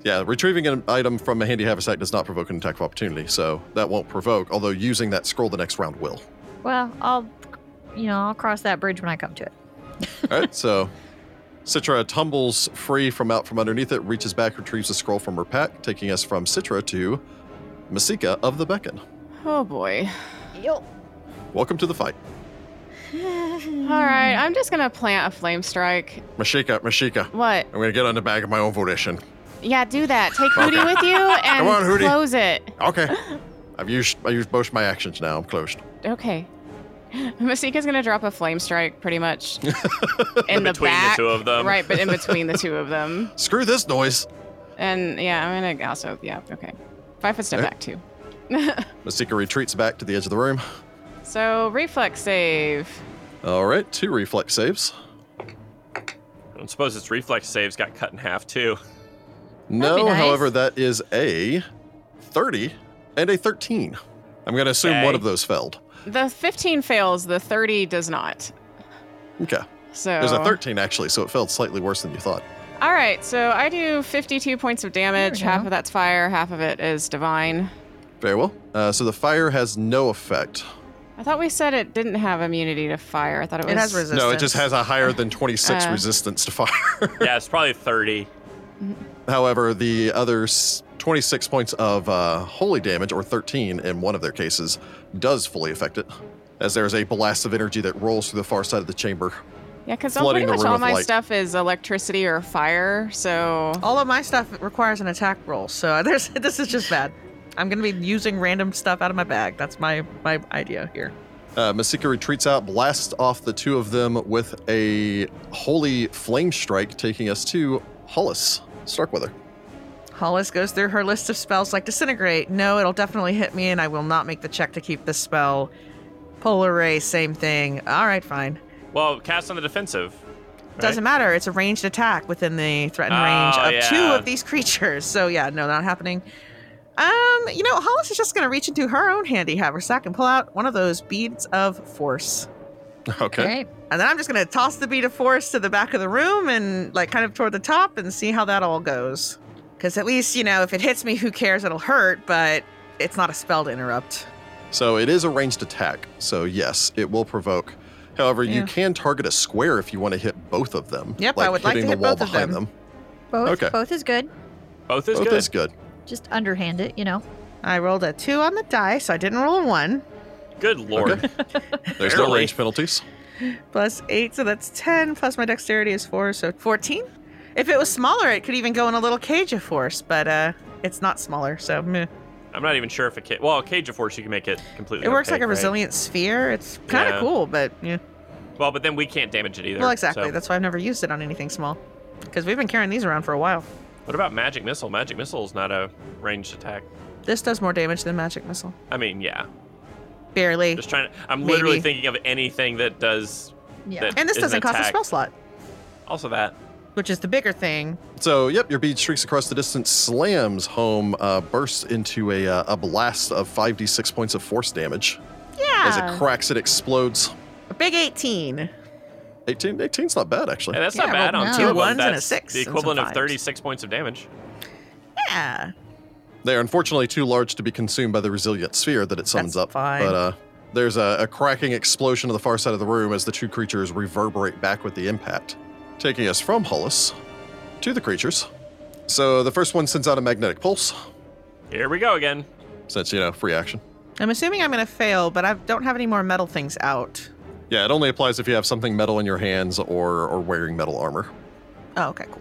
S1: Yeah, retrieving an item from a handy haversack does not provoke an attack of opportunity, so that won't provoke, although using that scroll the next round will.
S3: Well, I'll, you know, I'll cross that bridge when I come to it.
S1: All right, so Citra tumbles free from out from underneath it, reaches back, retrieves a scroll from her pack, taking us from Citra to Masika of the Beacon.
S4: Oh boy.
S3: Yo.
S1: Welcome to the fight.
S4: All right, I'm just gonna plant a flame strike.
S1: Masika, Masika,
S4: What?
S1: I'm going to get on the bag of my own volition.
S4: Yeah, do that. Take Hootie with you and
S1: Come on, Hootie.
S4: close it.
S1: Okay. I've used I used both my actions now. I'm closed.
S4: Okay. Masika's gonna drop a flame strike, pretty much, in the
S2: Between
S4: back,
S2: the two of them.
S4: right? But in between the two of them,
S1: Screw this noise.
S4: and yeah, I'm gonna also yeah, okay, five foot step
S1: Okay.
S4: back too.
S1: Masika retreats back to the edge of the room.
S4: So reflex save.
S1: All right, two reflex saves.
S2: I suppose its reflex saves got cut in half too.
S1: No,
S3: nice.
S1: however, that is a 30 and a 13. I'm going to assume
S2: Okay.
S1: one of those failed.
S4: The 15 fails. The 30 does not.
S1: Okay.
S4: So
S1: There's a 13 actually, so it failed slightly worse than you thought.
S4: All right, so I do 52 points of damage.
S3: There we
S4: Half
S3: go.
S4: of that's fire. Half of it is divine.
S1: Very well. Uh, so the fire has no effect.
S4: I thought we said it didn't have immunity to fire. I thought it was.
S5: It has resistance.
S1: No, it just has a higher than 26
S4: Uh.
S1: resistance to fire.
S2: Yeah, it's probably thirty.
S1: However, the other s- 26 points of uh, holy damage, or 13 in one of their cases, does fully affect it, as there is a blast of energy that rolls through the far side of the chamber.
S4: Yeah, because
S1: flooding
S4: pretty
S1: the
S4: much
S1: room
S4: all
S1: with
S4: my
S1: light.
S4: stuff is electricity or fire. So
S5: All of my stuff requires an attack roll, so there's this is just bad. I'm gonna be using random stuff out of my bag. That's my my idea here.
S1: Uh, Masika retreats out, blasts off the two of them with a holy flame strike, taking us to Hollis Starkweather.
S5: Hollis goes through her list of spells like disintegrate. No, it'll definitely hit me, and I will not make the check to keep this spell. Polar ray, same thing. All right, fine.
S2: Well, cast on the defensive.
S5: Doesn't matter. It's a ranged attack within the threatened
S2: Oh,
S5: range of two
S2: yeah.
S5: of these creatures. So yeah, no, not happening. Um, you know, Hollis is just gonna reach into her own handy haversack and pull out one of those beads of force.
S1: Okay.
S3: Okay.
S5: And then I'm just gonna toss the bead of force to the back of the room and like kind of toward the top and see how that all goes. Cause at least, you know, if it hits me, who cares? It'll hurt, but it's not a spell to interrupt.
S1: So it is a ranged attack. So yes, it will provoke. However, you
S5: Yeah.
S1: can target a square if you want to hit both of them.
S5: Yep, I would like to
S1: hitting
S5: hit
S1: the wall
S5: both of
S1: behind
S5: them.
S3: Both
S1: Okay.
S3: both is good.
S2: Both is
S1: both
S2: good.
S1: is good.
S3: Just underhand it, you know.
S5: I rolled a two on the die, so I didn't roll a one.
S2: Good lord.
S1: There's no
S2: Barely.
S1: range penalties.
S5: plus eight, so that's ten. Plus my dexterity is four, so fourteen. If it was smaller, it could even go in a little cage of force, but uh, it's not smaller, so meh.
S2: I'm not even sure if a cage. Well, a cage of force you can make it completely.
S5: it works like
S2: opaque,
S5: a
S2: right?
S5: resilient sphere. It's kind of
S2: Yeah.
S5: cool, but yeah.
S2: Well, but then we can't damage it either.
S5: well, exactly.
S2: so-
S5: That's why I've never used it on anything small, because we've been carrying these around for a while.
S2: What about magic missile? Magic missile is not a ranged attack.
S5: This does more damage than magic missile,
S2: I mean, yeah.
S5: barely.
S2: Just trying. To, I'm literally
S5: Maybe.
S2: thinking of anything that does.
S3: Yeah.
S2: That
S5: and this
S2: is an
S5: doesn't cost a
S2: attack.
S5: spell slot,
S2: Also that.
S5: which is the bigger thing.
S1: So, yep, your bead streaks across the distance, slams home, uh, bursts into a, uh, a blast of 5d6 points of force damage. As
S5: Yeah,
S1: it cracks, it explodes.
S5: a big eighteen.
S1: 18, 18's not bad, actually.
S2: Hey, that's
S5: Yeah,
S2: not bad
S3: well,
S2: on
S3: no.
S2: two
S3: Two
S2: of them.
S5: ones and a
S2: That's
S5: six
S2: The
S5: and some
S2: equivalent of
S5: fives.
S2: 36 points of damage.
S5: Yeah,
S1: They are unfortunately too large to be consumed by the resilient sphere that it summons
S5: That's
S1: up.
S5: fine.
S1: But uh, there's a, a cracking explosion to the far side of the room as the two creatures reverberate back with the impact, taking us from Hollis to the creatures. So the first one sends out a magnetic pulse,
S2: Here we go again.
S1: since, you know, free action.
S5: I'm assuming I'm gonna fail, but I don't have any more metal things out.
S1: Yeah, it only applies if you have something metal in your hands or, or wearing metal armor.
S5: Oh, okay, cool.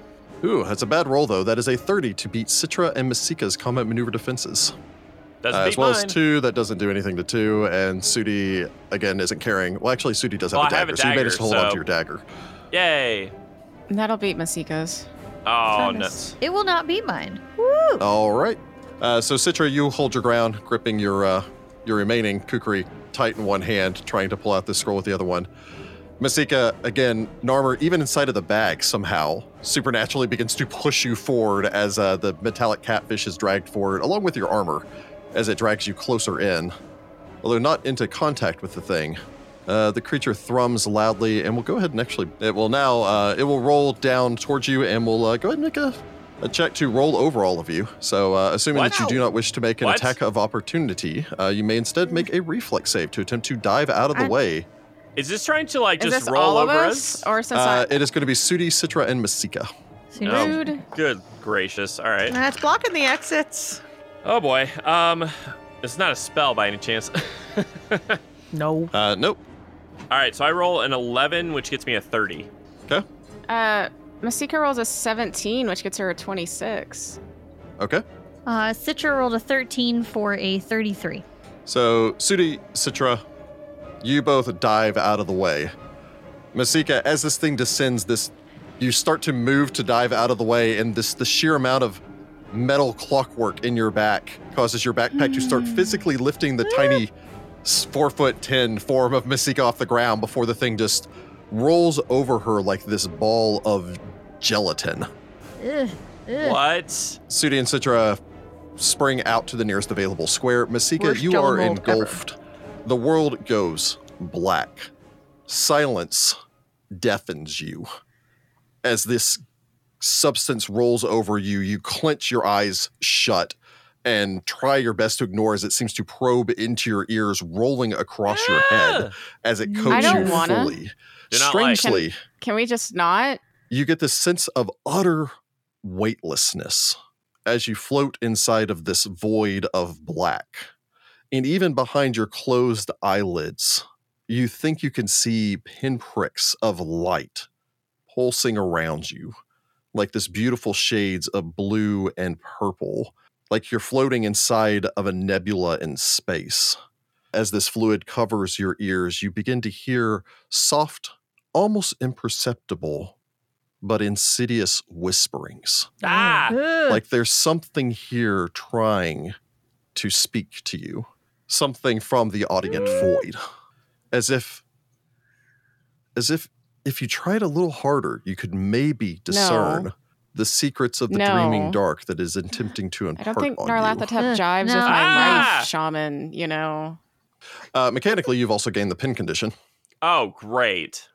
S1: Ooh, that's a bad roll, though. That is a 30 to beat Citra and Masika's combat maneuver defenses.
S2: Doesn't
S1: Uh,
S2: beat
S1: as well
S2: mine.
S1: as two, that doesn't do anything to two, and Sudi again isn't carrying. Well, actually, Sudi does have,
S2: Well,
S1: a,
S2: I
S1: dagger,
S2: have a
S1: so you may
S2: dagger,
S1: just hold on
S2: so-
S1: to your dagger.
S2: Yay.
S4: That'll beat Masika's.
S2: Oh,
S5: Goodness.
S2: nuts.
S3: It will not be mine.
S1: All right. Uh, so Citra, you hold your ground, gripping your uh, your remaining Kukri tight in one hand, trying to pull out this scroll with the other one. Masika, again, Narmer, even inside of the bag somehow, supernaturally begins to push you forward as uh, the metallic catfish is dragged forward, along with your armor, as it drags you closer in. Although not into contact with the thing, uh, the creature thrums loudly and will go ahead and actually, it will now, uh, it will roll down towards you and will uh, go ahead and make a, a check to roll over all of you. So, uh, assuming
S2: What?
S1: that you do not wish to make an
S2: What?
S1: attack of opportunity, uh, you may instead make a reflex save to attempt to dive out of the
S5: I-
S1: way.
S2: Is this trying to like
S4: Is
S2: just
S4: this
S2: roll
S4: all of
S2: over
S4: us, or since
S1: Uh, it is going to be Sudi, Citra, and Masika.
S3: Soon
S2: No.
S4: I
S3: as-
S4: rude?
S2: Good gracious. All right.
S5: That's blocking the exits.
S2: Oh boy. Um, it's not a spell by any chance. all
S5: No.
S1: Uh, nope.
S2: right. So I roll an 11, which gets me a 30.
S4: Uh, Masika rolls a 17, which gets her a 26.
S1: Okay.
S3: Uh, Citra rolled a 13 for a 33.
S1: So, Sudi, Citra, you both dive out of the way. Masika, as this thing descends, this you start to move to dive out of the way, and this the sheer amount of metal clockwork in your back causes your backpack to start physically lifting the tiny s- four foot ten form of Masika off the ground before the thing just rolls over her like this ball of gelatin.
S3: Ugh. Ugh.
S2: What?
S1: Sudi and Citra spring out to the nearest available square. Masika,
S3: Worst
S1: you
S3: jello
S1: are
S3: mold ever.
S1: engulfed. The world goes black. Silence deafens you. As this substance rolls over you, you clench your eyes shut and try your best to ignore as it seems to probe into your ears, rolling across your head as it coats
S4: don't
S1: you
S4: wanna.
S1: fully.
S2: Ah! Do not like-
S1: Strangely,
S4: Can we just not?
S1: you get this sense of utter weightlessness as you float inside of this void of black. And even behind your closed eyelids, you think you can see pinpricks of light pulsing around you, like this beautiful shades of blue and purple, like you're floating inside of a nebula in space. As this fluid covers your ears, you begin to hear soft, almost imperceptible but insidious whisperings.
S2: Ah.
S3: Ugh.
S1: Like there's something here trying to speak to you,
S4: Hmm.
S1: something from the audience void, as if, as if if you tried a little harder, you could maybe discern the secrets of the dreaming
S4: No.
S1: dark that is attempting to
S4: I
S1: impart
S4: don't think
S1: on you.
S4: Narlathatep
S3: Uh,
S4: jives
S3: no.
S4: with my
S2: Ah!
S4: life shaman, you know.
S1: Uh, mechanically, you've also gained the pin condition.
S2: Oh, great.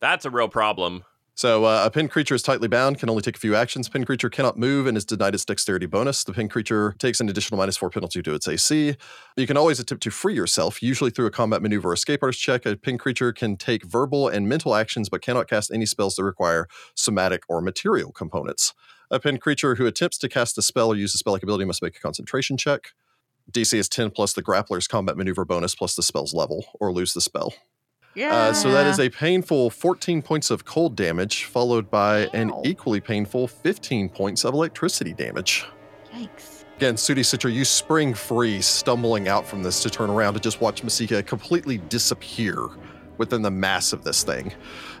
S2: That's a real problem.
S1: So uh, a pin creature is tightly bound, can only take a few actions. Pin creature cannot move and is denied its dexterity bonus. The pin creature takes an additional minus four penalty to its AC. You can always attempt to free yourself, usually through a combat maneuver or escape artist check. A pin creature can take verbal and mental actions, but cannot cast any spells that require somatic or material components. A pin creature who attempts to cast a spell or use a spell-like ability must make a concentration check. DC is 10 plus the grappler's combat maneuver bonus plus the spell's level, or lose the spell.
S5: Yeah.
S1: Uh, so that is a painful 14 points of cold damage, followed by an
S3: Ow.
S1: equally painful 15 points of electricity damage.
S3: Yikes.
S1: Again, Sudi Citra, you spring free, stumbling out from this to turn around to just watch Masika completely disappear within the mass of this thing.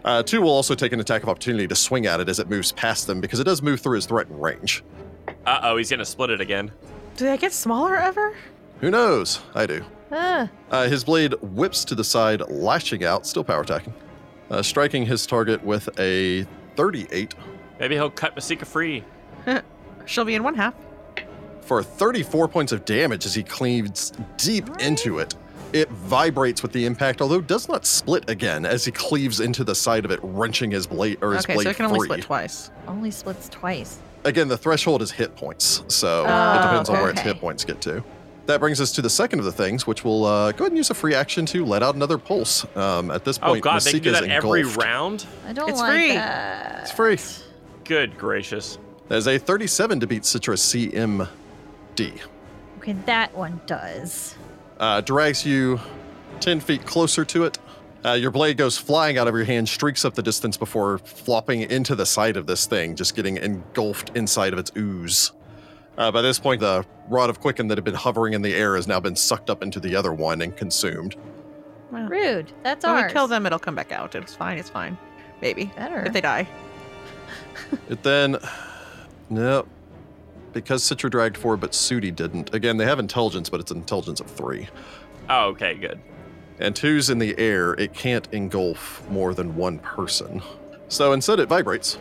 S1: Uh, two will also take an attack of opportunity to swing at it as it moves past them because it does move through his threatened range.
S2: Uh oh, he's gonna split it again.
S5: Do they get smaller ever?
S1: Who knows? I do.
S3: Ah,
S1: Uh, his blade whips to the side, lashing out, still power attacking, uh, striking his target with a 38
S2: Maybe he'll cut Masika free.
S5: She'll be in one half.
S1: for 34 points of damage as he cleaves deep into it. It vibrates with the impact, although does not split again as he cleaves into the side of it, wrenching his blade or his
S5: okay,
S1: blade
S5: so it can only
S1: free.
S5: split twice.
S3: only splits twice.
S1: Again, the threshold is hit points, so it
S3: Oh,
S1: depends on where its
S3: okay.
S1: hit points get to. That brings us to the second of the things, which will uh, go ahead and use a free action to let out another pulse. Um, at this
S2: Oh
S1: point,
S2: god, they can
S1: Masika's
S2: do that every
S1: engulfed.
S2: round?
S3: I don't
S5: It's
S3: like
S5: free.
S3: that.
S1: It's free.
S2: Good gracious.
S1: There's a 37 to beat Citrus CMD.
S3: Okay, that one does.
S1: uh, drags you 10 feet closer to it. Uh, your blade goes flying out of your hand, streaks up the distance before flopping into the side of this thing, just getting engulfed inside of its ooze. Uh, by this point, the rod of quicken that had been hovering in the air has now been sucked up into the other one and consumed.
S5: Well,
S3: Rude. That's
S5: when
S3: ours.
S5: we kill them, it'll come back out. It's fine. It's fine. Maybe.
S3: Better.
S5: If they die.
S1: It then, no, because Citra dragged four, but Sudi didn't. Again, they have intelligence, but it's an intelligence of three.
S2: Oh, okay, good.
S1: and two's in the air, it can't engulf more than one person. So instead, it vibrates.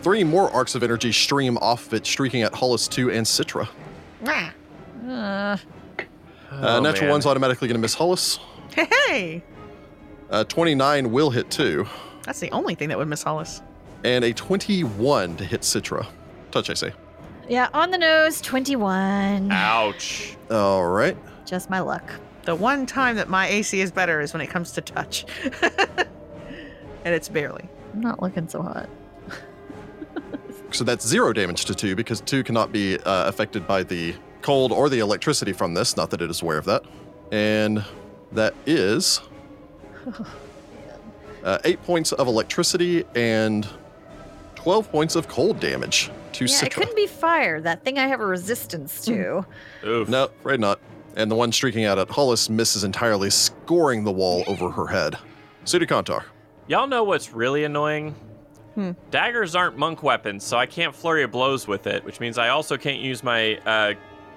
S1: Three more arcs of energy stream off of it, streaking at Hollis 2 and Citra.
S3: Uh,
S1: uh,
S2: Oh,
S1: natural
S2: man.
S1: one's automatically going to miss Hollis.
S5: Hey, hey.
S1: Uh, 29 will hit two,
S5: That's the only thing that would miss Hollis.
S1: and a 21 to hit Citra. Touch, I say.
S3: yeah, on the nose, 21.
S2: Ouch.
S1: All right.
S3: Just my luck.
S5: The one time that my AC is better is when it comes to touch. and it's barely.
S3: I'm not looking so hot.
S1: So that's zero damage to two because two cannot be uh, affected by the cold or the electricity from this. Not that it is aware of that. And that is uh, eight points of electricity and 12 points of cold damage to
S3: yeah, it
S1: Citra.
S3: couldn't be fire. That thing I have a resistance to.
S5: Hmm.
S2: Oof.
S1: No, afraid not. And the one streaking out at Hollis misses entirely, scoring the wall over her head. Sudikantar.
S2: Y'all know what's really annoying?
S5: Hmm.
S2: Daggers aren't monk weapons, so I can't flurry of blows with it, which means I also can't use my uh,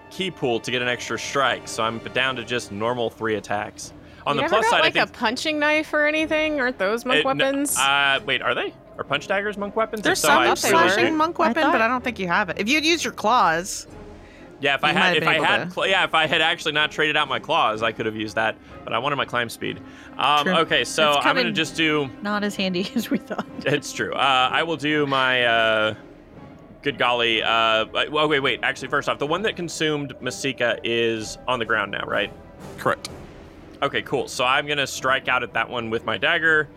S2: key pool to get an extra strike. So I'm down to just normal three attacks. On
S4: you
S2: the
S4: never
S2: plus
S4: got,
S2: side,
S4: like
S2: I
S4: a
S2: think.
S4: punching knife or anything? Aren't those monk
S2: it- no,
S4: weapons?
S2: uh, wait, are they? Are punch daggers monk weapons?
S5: There's
S2: if so,
S5: some
S2: I
S4: thought
S5: with
S4: they
S2: really
S4: were.
S5: slashing
S2: should-
S5: monk
S3: I
S5: weapon,
S3: thought-
S5: but I don't think you have it. If you'd use your claws,
S2: Yeah, if I
S5: You might
S2: had,
S5: have
S2: if
S5: been
S2: I
S5: able
S2: had,
S5: to-
S2: cl- yeah, if I had actually not traded out my claws, I could have used that. But I wanted my climb speed. Um,
S5: True.
S2: okay, so
S3: It's
S2: I'm gonna
S3: coming.
S2: just do.
S3: Not as handy as we thought.
S2: It's true. Uh, I will do my. Uh, good golly. Uh, well, wait, wait. Actually, first off, the one that consumed Masika is on the ground now, right?
S1: Correct.
S2: Okay, cool. So I'm gonna strike out at that one with my dagger.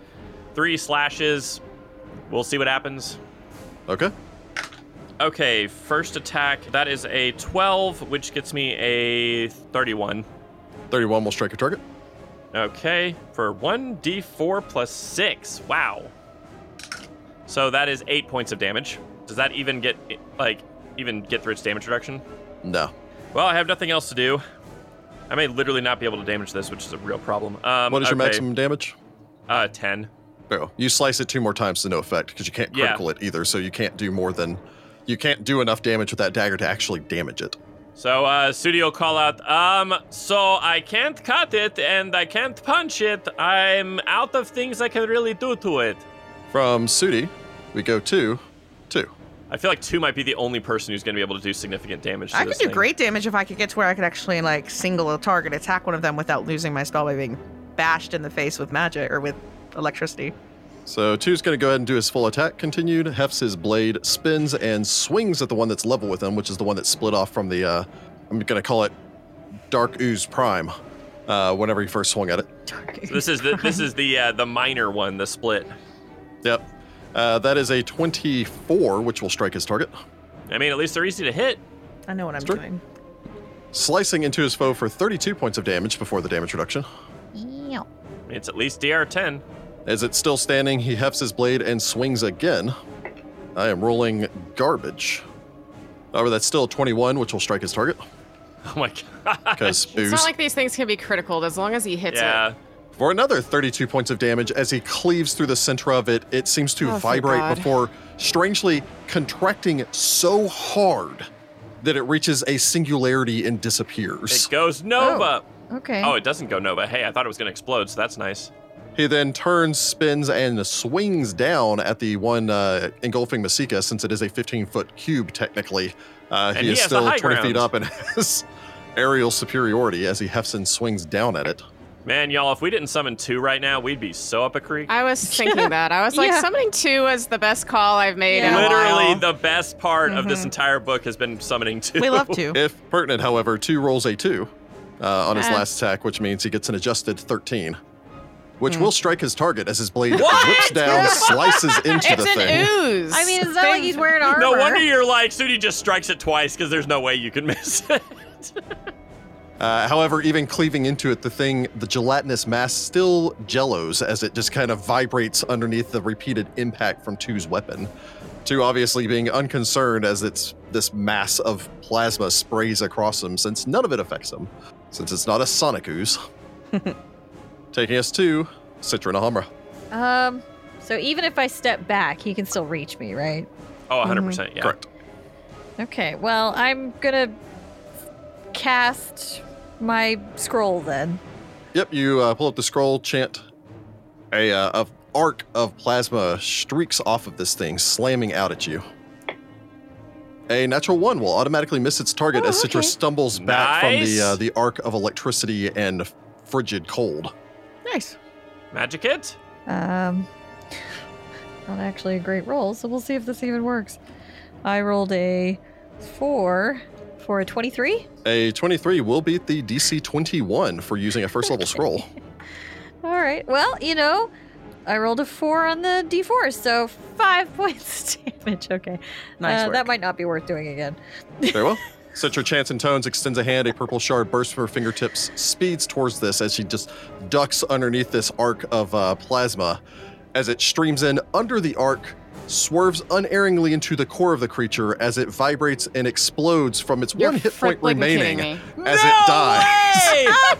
S2: Three slashes. We'll see what happens.
S1: Okay.
S2: Okay, first attack. That is a 12, which gets me a 31.
S1: 31 will strike your target.
S2: Okay, for 1d4 plus 6. Wow. So that is 8 points of damage. Does that even get, like, even get through its damage reduction?
S1: No.
S2: Well, I have nothing else to do. I may literally not be able to damage this, which is a real problem. Um,
S1: what is your
S2: okay,
S1: maximum damage?
S2: Uh, 10.
S1: Barrel. You slice it two more times to no effect because you can't
S2: Yeah.
S1: critical it either, so you can't do more than you can't do enough damage with that dagger to actually damage it.
S2: So, uh, Studio call out, um, so I can't cut it and I can't punch it. I'm out of things I can really do to it.
S1: From Sudi, we go to two.
S2: I feel like two might be the only person who's going to be able to do significant damage. To
S5: I could
S2: this
S5: do
S2: thing.
S5: great damage if I could get to where I could actually like single a target, attack one of them without losing my spell by being bashed in the face with magic or with electricity.
S1: So two's going to go ahead and do his full attack continued. Hefts his blade, spins and swings at the one that's level with him, which is the one that split off from the. Uh, I'm going to call it Dark Ooze Prime. Uh, whenever he first swung at it.
S2: So this is the this is the uh, the minor one, the split.
S1: Yep. Uh, that is a 24, which will strike his target.
S2: I mean, at least they're easy to hit.
S5: I know what I'm
S1: Sure.
S5: doing.
S1: Slicing into his foe for 32 points of damage before the damage reduction.
S3: Yeah.
S2: I mean, it's at least DR 10.
S1: As it's still standing, he hefts his blade and swings again. I am rolling garbage. However, that's still a 21, which will strike his target
S2: Oh my god.
S1: because
S4: It's
S1: booze.
S4: not like these things can be critical as long as he hits it.
S2: yeah.
S1: For another 32 points of damage, as he cleaves through the center of it, it seems to
S4: Oh, thank
S1: vibrate
S4: God.
S1: before strangely contracting so hard that it reaches a singularity and disappears.
S2: It goes Nova.
S3: Okay.
S2: Oh. it doesn't go Nova. Hey, I thought it was going to explode, so that's nice.
S1: He then turns, spins, and swings down at the one uh, engulfing Masika, since it is a 15 foot cube technically. Uh,
S2: And
S1: he,
S2: he
S1: is
S2: has the
S1: still
S2: high
S1: 20 feet
S2: ground.
S1: up and has aerial superiority as he hefts and swings down at it.
S2: Man, y'all, if we didn't summon two right now, we'd be so up a creek.
S4: I was thinking that. I was like,
S3: Yeah.
S4: summoning two was the best call I've made in
S3: Yeah.
S4: a
S2: Literally,
S4: while.
S2: the best part of this entire book has been summoning two.
S5: We love to.
S1: If pertinent, however, two rolls a two uh, on his
S4: Ah.
S1: last attack, which means he gets an adjusted 13, which
S4: Hmm.
S1: will strike his target as his blade
S2: What?
S1: whips down, slices into
S4: it's
S1: the
S4: an
S1: thing.
S4: ooze.
S3: I mean, it's not like
S4: Thing-
S3: he's wearing armor.
S2: no wonder you're like, Sudi just strikes it twice because there's no way you can miss it.
S1: Uh, however, even cleaving into it, the thing, the gelatinous mass still jellos as it just kind of vibrates underneath the repeated impact from Two's weapon. Two obviously being unconcerned as it's this mass of plasma sprays across him since none of it affects him, since it's not a sonic ooze. Taking us to Citra and Alhambra.
S3: Um. So even if I step back, he can still reach me, right?
S2: Oh, 100%. Yeah.
S1: Correct.
S3: Okay. Well, I'm gonna cast my scroll then.
S1: Yep, you uh, pull up the scroll, chant a, uh, a arc of plasma streaks off of this thing, slamming out at you. A natural one will automatically miss its target
S3: Oh,
S1: as Citra
S3: okay.
S1: stumbles back from
S2: Nice.
S1: the uh, the arc of electricity and frigid cold.
S5: Nice.
S2: Magic hit.
S3: Um. Not actually a great roll, so we'll see if this even works. I rolled a four for a twenty-three.
S1: A 23 will beat the DC 21 for using a first level scroll.
S3: All right. Well, you know, I rolled a four on the d4, so five points of damage. Okay.
S5: Nice
S3: Uh,
S5: work.
S3: That might not be worth doing again.
S1: Very well. Citra chants and tones, extends a hand, a purple shard bursts from her fingertips, speeds towards this as she just ducks underneath this arc of uh, plasma. As it streams in under the arc, swerves unerringly into the core of the creature as it vibrates and explodes from its
S4: You're
S1: one hit point
S4: frickin' kidding
S1: remaining
S4: me.
S1: as it dies.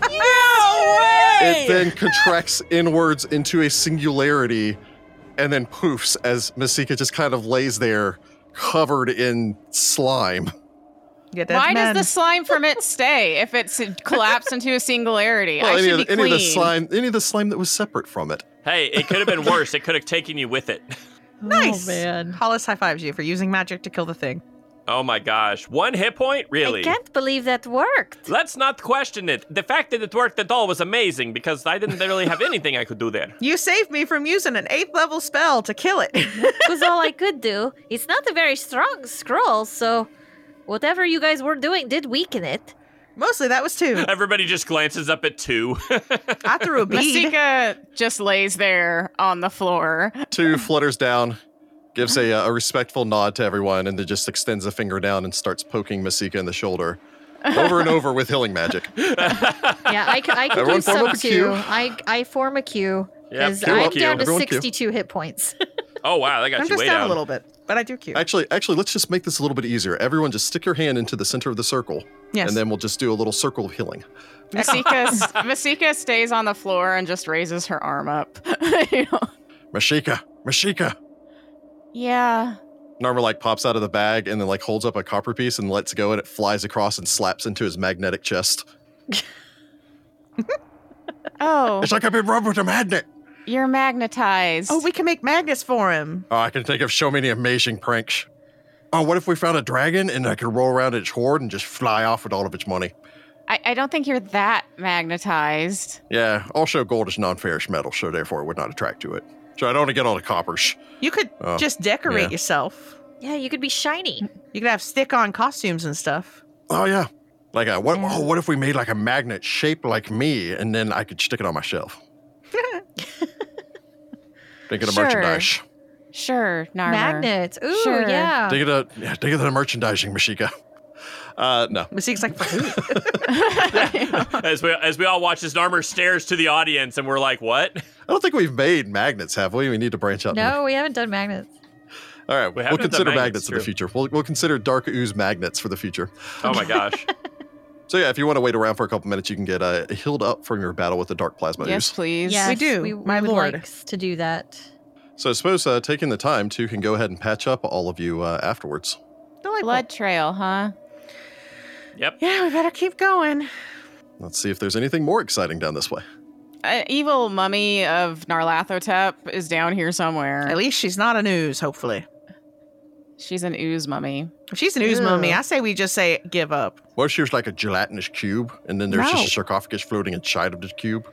S2: Way! no way!
S1: It then contracts inwards into a singularity and then poofs as Masika just kind of lays there covered in slime.
S5: Yeah,
S4: Why
S5: men.
S4: does the slime from it stay if it's collapsed into a singularity?
S1: Well,
S4: I
S1: any,
S4: should
S1: of the,
S4: be clean.
S1: any of the slime, any of the slime that was separate from it.
S2: hey, it could have been worse. It could have taken you with it.
S5: Nice.
S3: Oh, man.
S5: Hollis high fives you for using magic to kill the thing.
S2: Oh my gosh. One hit point? Really?
S3: I can't believe that worked.
S2: Let's not question it. The fact that it worked at all was amazing because I didn't really have anything I could do there.
S5: You saved me from using an eighth level spell to kill it.
S3: It was all I could do. It's not a very strong scroll, so whatever you guys were doing did weaken it.
S5: Mostly that was two.
S2: Everybody just glances up at two.
S5: I threw a bead.
S4: Masika just lays there on the floor.
S1: Two flutters down, gives a, uh, a respectful nod to everyone, and then just extends a finger down and starts poking Masika in the shoulder. Over and over with healing magic.
S3: Yeah, I, c- I could
S1: Everyone
S3: do
S1: form
S3: some
S1: up a
S3: too.
S1: queue.
S3: I, I form a queue.
S2: Yeah,
S3: Because
S1: queue
S3: I'm
S1: up. Queue.
S3: down to
S1: Everyone queue.
S3: 62 hit points.
S2: oh wow, that got
S5: I'm
S2: you
S5: just
S2: way
S5: down,
S2: down.
S5: a little bit, but I do cute.
S1: Actually, actually, let's just make this a little bit easier. Everyone, just stick your hand into the center of the circle,
S5: yes.
S1: and then we'll just do a little circle of healing.
S4: Masika, Masika stays on the floor and just raises her arm up. You know?
S1: Masika, Masika.
S4: Yeah.
S1: Narmer like pops out of the bag and then like holds up a copper piece and lets go, and it flies across and slaps into his magnetic chest.
S4: Oh.
S1: It's like I've been rubbed with a magnet.
S4: You're magnetized.
S5: Oh, we can make magnets for him.
S1: Oh, I can think of so many amazing pranks. Oh, what if we found a dragon and I could roll around its hoard and just fly off with all of its money?
S4: I, I don't think you're that magnetized.
S1: Yeah, also gold is non-ferrous metal, so therefore it would not attract to it. So I don't want to get all the coppers.
S5: You could
S1: Oh,
S5: just decorate
S1: yeah.
S5: yourself.
S3: Yeah, you could be shiny.
S5: You could have stick-on costumes and stuff.
S1: Oh yeah. Like a, what
S3: Yeah.
S1: oh, what if we made like a magnet shaped like me and then I could stick it on my shelf? Thinking of
S4: Sure.
S1: merchandise.
S4: Sure, Narmer.
S3: Magnets. Ooh,
S4: Sure.
S3: yeah.
S1: Think of the yeah, think of the merchandising, Mashika. Uh no.
S5: Mystic's like, for who?
S2: as we as we all watch as Narmer stares to the audience, and we're like, "What?
S1: I don't think we've made magnets, have we? We need to branch out.
S3: No, we haven't done magnets.
S1: All right,
S2: We
S1: we'll
S2: haven't done
S1: consider magnets
S2: magnets,
S1: in the
S2: true.
S1: future. We'll, we'll consider dark ooze magnets for the future.
S2: Oh my gosh!"
S1: So yeah, if you want to wait around for a couple minutes, you can get uh, healed up from your battle with the dark plasma
S4: yes,
S1: ooze.
S4: please.
S3: Yes,
S5: do,
S3: We, we
S5: my
S3: would
S5: lord.
S3: like to do that.
S1: So I suppose uh, taking the time to can go ahead and patch up all of you uh, afterwards.
S5: Delightful.
S4: Blood trail, huh?
S2: Yep.
S5: Yeah, we better keep going.
S1: Let's see if there's anything more exciting down this way.
S4: An evil mummy of Narlathotep is down here
S5: At
S4: somewhere.
S5: least she's not an ooze, hopefully.
S4: She's an ooze mummy.
S5: If she's an ooze
S3: Ew.
S5: mummy, I say we just say give up.
S1: What if she was like a gelatinous cube, and then there's just
S5: No.
S1: a sarcophagus floating inside of the cube?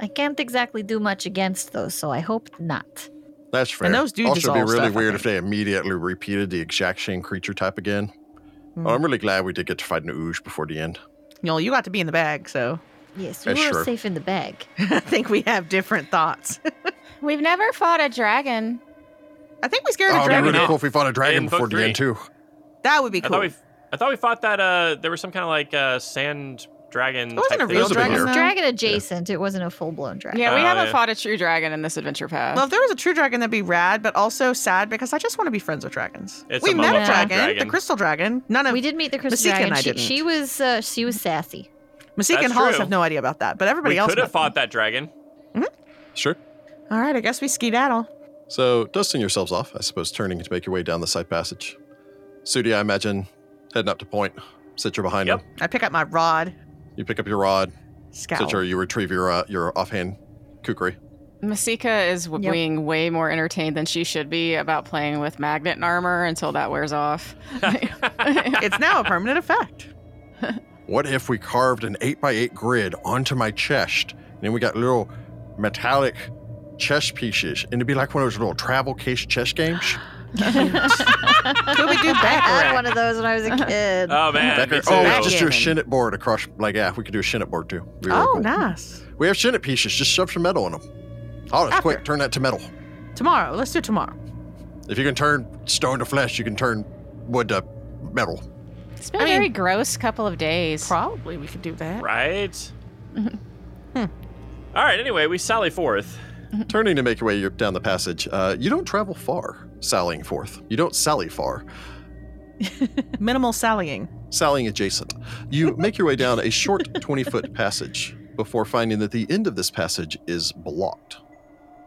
S3: I can't exactly do much against those, so I hope not.
S1: That's fair.
S5: And those do
S1: also be
S5: dissolve
S1: really
S5: stuff, I
S1: weird if they immediately repeated the exact same creature type again.
S5: Hmm.
S1: Oh, I'm really glad we did get to fight an ooze before the end.
S5: You know, you got to be in the bag, so
S3: Yes,
S1: Yeah,
S3: we were
S1: sure.
S3: safe in the bag.
S5: I think we have different thoughts.
S4: We've never fought a dragon.
S5: I think we scared
S1: Oh,
S5: a
S1: it'd be
S5: dragon.
S1: really
S2: out.
S1: cool if we fought a dragon
S2: In book
S1: before the end
S2: three.
S1: too.
S5: That would be
S2: I
S5: cool.
S2: thought we I thought we fought that uh there was some kind of like uh sand dragon.
S5: It
S2: type
S5: wasn't a
S2: thing.
S5: real
S1: Those have been
S5: dragon.
S1: here.
S5: though.
S3: Dragon adjacent. It wasn't a full blown dragon.
S4: Yeah, we
S2: Oh,
S4: haven't
S2: yeah.
S4: fought a true dragon in this adventure path.
S5: Well, if there was a true dragon, that'd be rad, but also sad because I just want to be friends with dragons.
S2: It's
S5: we
S2: a
S5: met a
S3: mummified
S5: dragon, the
S2: dragon.
S5: crystal dragon. None of
S3: We did meet the Christmas
S5: Masika
S3: dragon.
S5: and I
S3: she,
S5: didn't.
S3: she was uh, she was sassy.
S5: Masika and
S2: That's
S5: Hollis
S2: true.
S5: have no idea about that, but everybody
S2: we
S5: else.
S2: could have
S5: might.
S2: fought that dragon.
S1: Sure.
S5: All right, I guess we skedaddle.
S1: So, dusting yourselves off, I suppose, turning to make your way down the side passage. Sudi, I imagine, heading up to point. Citra behind
S2: Yep.
S1: him.
S5: I pick up my rod.
S1: You pick up your rod.
S5: Scowl.
S1: Citra, you retrieve your uh, your offhand kukri.
S4: Masika is w-
S3: Yep.
S4: being way more entertained than she should be about playing with magnet and armor until that wears off.
S5: it's now a permanent effect.
S1: What if we carved an 8 by 8 grid onto my chest, and then we got little metallic chess pieces, and it'd be like one of those little travel case chess games?
S5: Could we do
S3: I had
S5: Baccarat?
S3: one of those when I was a
S5: Uh-huh.
S3: kid.
S2: Oh man.
S1: Back-
S2: me
S1: oh, we could
S2: too.
S1: just do a
S5: Backgammon.
S1: shinnet board across. Like, yeah, we could do a shinnet board too. Be really
S5: Oh,
S1: cool.
S5: nice.
S1: We have shinnet pieces. Just shove some metal in them. Oh,
S5: After.
S1: quick, turn that to metal.
S5: Tomorrow. Let's do tomorrow.
S1: If you can turn stone to flesh, you can turn wood to metal.
S4: It's been
S5: I
S4: a
S5: mean-
S4: very gross couple of days.
S5: Probably we could do that.
S2: Right.
S5: Hmm.
S2: All right. Anyway, we sally forth.
S1: Turning to make your way down the passage, uh, you don't travel far, sallying forth. You don't sally far,
S5: Minimal sallying.
S1: sallying adjacent. You make your way down a short 20 foot passage before finding that the end of this passage is blocked.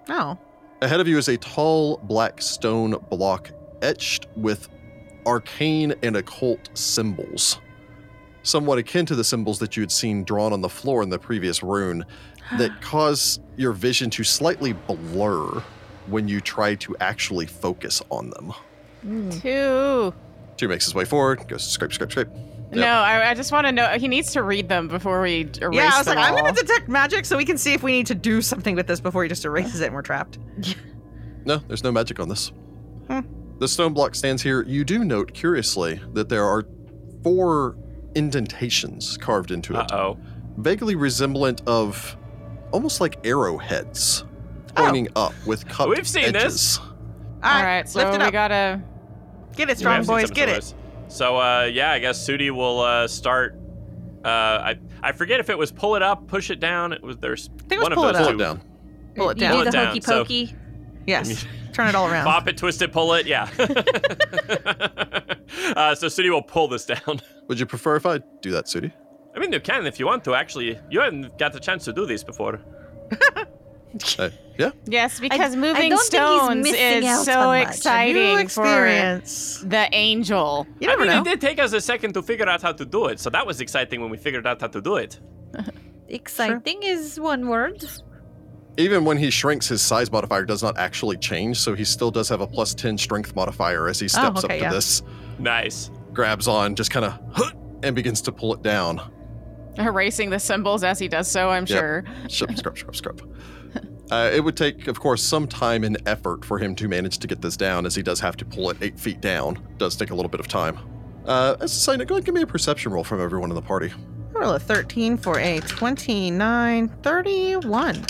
S5: Oh.
S1: Ahead of you is a tall black stone block etched with arcane and occult symbols, somewhat akin to the symbols that you had seen drawn on the floor in the previous rune, that cause your vision to slightly blur when you try to actually focus on them.
S3: Mm.
S4: Two.
S1: Two makes his way forward, goes scrape, scrape, scrape. Yep.
S4: No, I, I just want to know. He needs to read them before we erase them.
S5: yeah, I was like, I'm
S4: all.
S5: going to detect magic so we can see if we need to do something with this before he just erases it and we're trapped.
S1: No, there's no magic on this.
S5: Hmm.
S1: The stone block stands here. You do note, curiously, that there are four indentations carved into it.
S2: Uh oh.
S1: vaguely resemblant of almost like arrowheads pointing up with cupped
S2: We've seen
S1: edges.
S2: this.
S5: All right,
S4: all right, so
S5: lift it
S4: we
S5: up.
S4: gotta.
S5: get it,
S2: You may
S5: strong
S2: have seen
S5: boys.
S2: something
S5: Get
S2: to
S5: it.
S2: us. So uh, yeah, I guess Sudi will uh, start. Uh, I I forget if it was pull it up, push it down. It was there's
S5: I think it was
S2: one
S5: pull
S2: of
S5: it
S2: those
S1: Pull
S5: up.
S1: it down.
S5: Pull it
S3: You
S5: down.
S2: Pull
S3: do
S2: it
S3: the
S2: down,
S3: hokey
S2: so-
S3: pokey.
S5: Yes. Turn it all around.
S2: Pop it, twist it, pull it. Yeah. uh, so Sudi will pull this down.
S1: Would you prefer if I do that, Sudi?
S2: I mean, you can if you want to. Actually, you haven't got the chance to do this before.
S1: Uh, yeah.
S4: Yes, because moving
S3: don't think he's
S4: stones
S3: missing out
S4: is
S3: on
S4: so
S3: much.
S5: New
S4: exciting for
S5: experience.
S4: the angel.
S5: You
S2: I
S5: never
S2: mean,
S5: know.
S2: it did take us a second to figure out how to do it, so that was exciting when we figured out how to do it.
S3: Exciting is one word.
S1: Even when he shrinks, his size modifier does not actually change, so he still does have a plus 10 strength modifier
S2: Oh,
S1: as he steps
S5: okay,
S1: up to
S5: yeah.
S1: this,
S2: Nice.
S1: grabs on, just kind of, and begins to pull it down.
S4: Erasing the symbols as he does so, I'm
S1: Yep.
S4: sure.
S1: Scrub, scrub, scrub, scrub. Uh, it would take, of course, some time and effort for him to manage to get this down, as he does have to pull it eight feet down. Does take a little bit of time. Uh, as a side note, go ahead and give me a perception roll from everyone in the party.
S5: I roll a 13 for a 29, 31.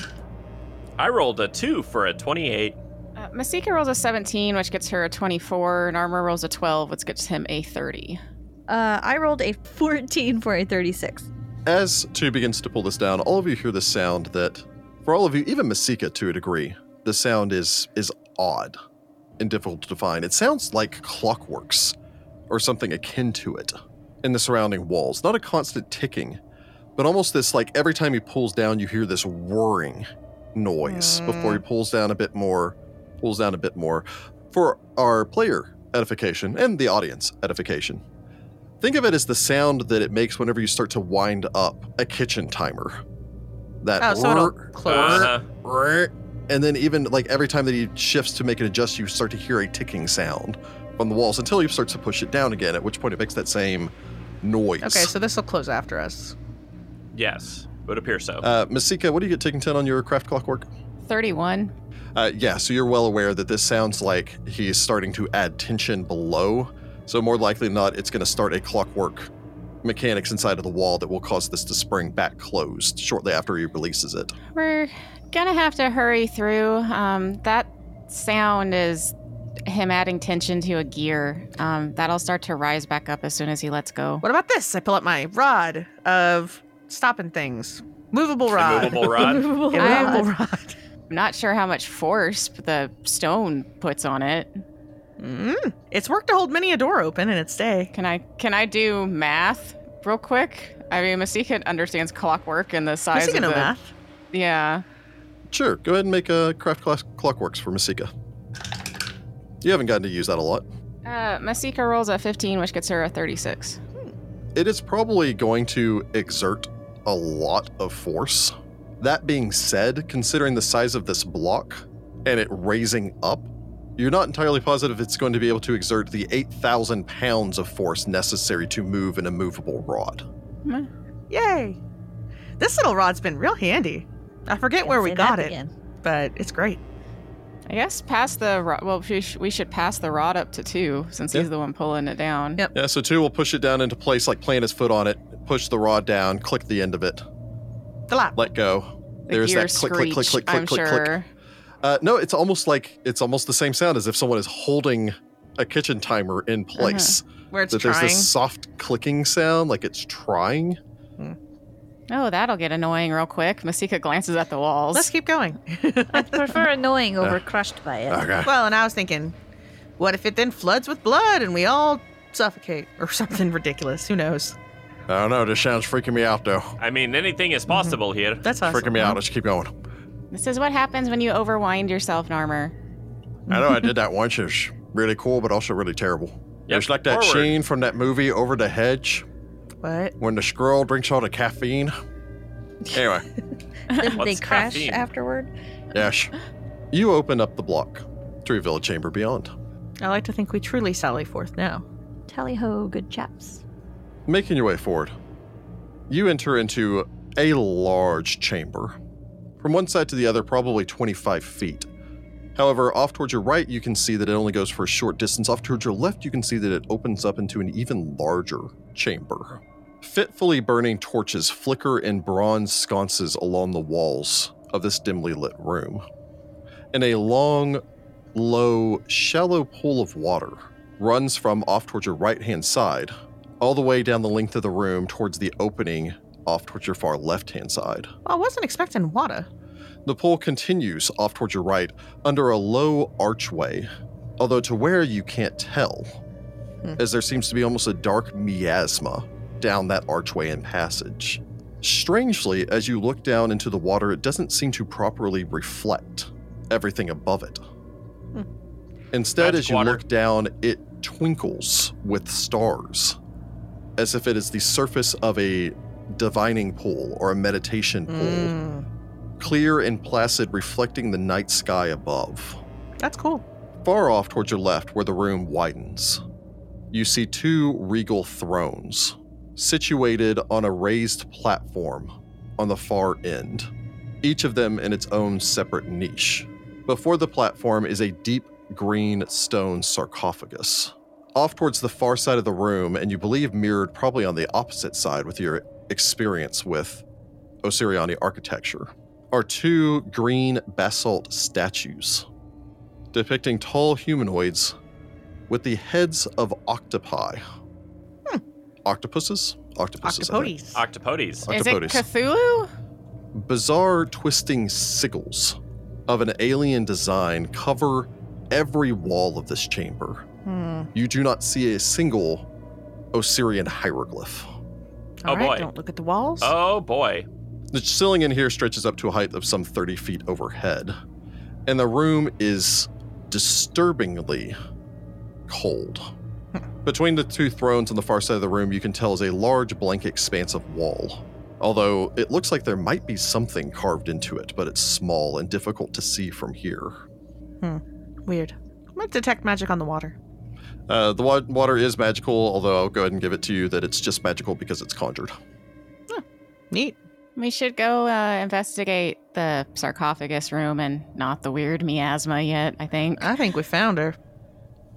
S2: I rolled a two for a 28.
S4: Uh, Masika rolls a 17, which gets her a 24, and Armor rolls a 12, which gets him a 30.
S3: Uh, I rolled a 14 for a 36.
S1: As two begins to pull this down, all of you hear the sound that, for all of you, even Masika to a degree, the sound is is odd and difficult to define. It sounds like clockworks or something akin to it in the surrounding walls. Not a constant ticking, but almost this like every time he pulls down, you hear this whirring noise before he pulls down a bit more, pulls down a bit more. For our player edification and the audience edification, Think of it as the sound that it makes whenever you start to wind up a kitchen timer. That
S5: Oh, so it'll
S1: whirr,
S5: close.
S2: Uh-huh.
S1: whirr, and then even like every time that he shifts to make an adjust, you start to hear a ticking sound from the walls until he starts to push it down again. At which point it makes that same noise.
S5: Okay, so this will close after us.
S2: Yes, would appear so.
S1: uh, Masika, what do you get ticking ten on your craft clockwork?
S4: 31.
S1: Uh, yeah, so you're well aware that this sounds like he's starting to add tension below. So more likely than not, it's going to start a clockwork mechanics inside of the wall that will cause this to spring back closed shortly after he releases it.
S4: We're gonna have to hurry through. Um, that sound is him adding tension to a gear. Um, that'll start to rise back up as soon as he lets go.
S5: What about this? I pull up my rod of stopping things. Movable rod.
S2: Immovable rod.
S3: Immovable
S5: Yeah,
S3: rod.
S5: movable rod.
S4: I'm not sure how much force the stone puts on it.
S5: Mm. It's worked to hold many a door open in its day.
S4: Can I can I do math real quick? I mean, Masika understands clockwork and the size
S5: Masika
S4: of
S5: no
S4: the
S5: math.
S4: yeah.
S1: Sure, go ahead and make a craft class clockworks for Masika. You haven't gotten to use that a lot.
S4: Uh, Masika rolls a 15, which gets her a 36.
S1: It is probably going to exert a lot of force. That being said, considering the size of this block and it raising up, you're not entirely positive it's going to be able to exert the 8,000 pounds of force necessary to move an immovable rod.
S5: Yay. This little rod's been real handy. I forget where we
S3: Say that
S5: got it,
S3: again.
S5: but it's great.
S4: I guess pass the rod. Well, we, sh- we should pass the rod up to two since
S1: Yeah.
S4: he's the one pulling it down.
S5: Yep.
S1: Yeah, so two will push it down into place, like plant his foot on it, push the rod down, click the end of it,
S5: The lap.
S1: let go.
S4: The
S1: There's
S4: gear
S1: that click, click, click, click,
S4: screech,
S1: click,
S4: I'm
S1: click, click.
S4: sure.
S1: Uh, no, it's almost like it's almost the same sound as if someone is holding a kitchen timer in
S4: Uh-huh.
S1: place.
S5: Where it's
S1: that
S5: trying.
S1: there's this soft clicking sound, like it's trying.
S4: Oh, that'll get annoying real quick. Masika glances at the walls.
S5: Let's keep going.
S3: I'd prefer annoying
S2: Uh,
S3: over crushed by it.
S5: well, and I was thinking, what if it then floods with blood and we all suffocate or something ridiculous? Who knows?
S1: I don't know. This sound's freaking me out, though.
S2: I mean, anything is possible here.
S5: That's awesome.
S1: Freaking me out. Let's keep going.
S4: this is what happens when you overwind yourself, Narmer.
S1: I know I did that once. It was really cool, but also really terrible. It
S2: Yep,
S1: was like that
S2: forward.
S1: scene from that movie Over the Hedge
S5: What?
S1: when the squirrel drinks all the caffeine. Anyway,
S3: Didn't they
S2: What's
S3: crash
S2: caffeine?
S3: afterward?
S1: Ash, you open up the block to reveal a chamber beyond.
S5: I like to think we truly sally forth now.
S3: Tally ho, good chaps.
S1: Making your way forward, you enter into a large chamber. From one side to the other, probably 25 feet. However, off towards your right, you can see that it only goes for a short distance. Off towards your left, you can see that it opens up into an even larger chamber. Fitfully burning torches flicker in bronze sconces along the walls of this dimly lit room. And a long, low, shallow pool of water runs from off towards your right hand side all the way down the length of the room towards the opening off towards your far left hand side.
S5: Well, I wasn't expecting water.
S1: The pool continues off towards your right under a low archway, although to where you can't tell,
S5: Hmm.
S1: as there seems to be almost a dark miasma down that archway and passage. Strangely, as you look down into the water, it doesn't seem to properly reflect everything above it.
S5: Hmm.
S1: Instead,
S2: Magic
S1: as you
S2: water.
S1: look down, it twinkles with stars, as
S5: Hmm. Mm,
S1: if it is the surface of a divining pool or a meditation pool clear and placid, reflecting the night sky above.
S5: That's cool.
S1: Far off towards your left, where the room widens, you see two regal thrones situated on a raised platform on the far end, each of them in its own separate niche. Before the platform is a deep green stone sarcophagus. Off towards the far side of the room, and you believe mirrored probably on the opposite side with your experience with Osiriani architecture, are two green basalt statues depicting tall humanoids with the heads of octopi. Octopuses? Octopuses. I think.
S5: Octopodes.
S2: Octopodes.
S4: Is it
S1: Octopodes.
S4: Cthulhu?
S1: Bizarre twisting sigils of an alien design cover every wall of this chamber.
S5: Hmm.
S1: You do not see a single Osirian hieroglyph.
S2: Oh,
S5: Alright,
S2: boy.
S5: Don't look at the walls.
S2: Oh boy.
S1: The ceiling in here stretches up to a height of some 30 feet overhead, and the room is disturbingly cold. Between the two thrones on the far side of the room, you can tell is a large blank expanse of wall. Although it looks like there might be something carved into it, but it's small and difficult to see from here.
S5: Weird. I'm gonna detect magic on the water.
S1: Uh, the wa- water is magical, although I'll go ahead and give it to you that it's just magical because it's conjured.
S5: Neat.
S4: We should go uh, investigate the sarcophagus room and not the weird miasma yet, I think.
S5: I think we found her.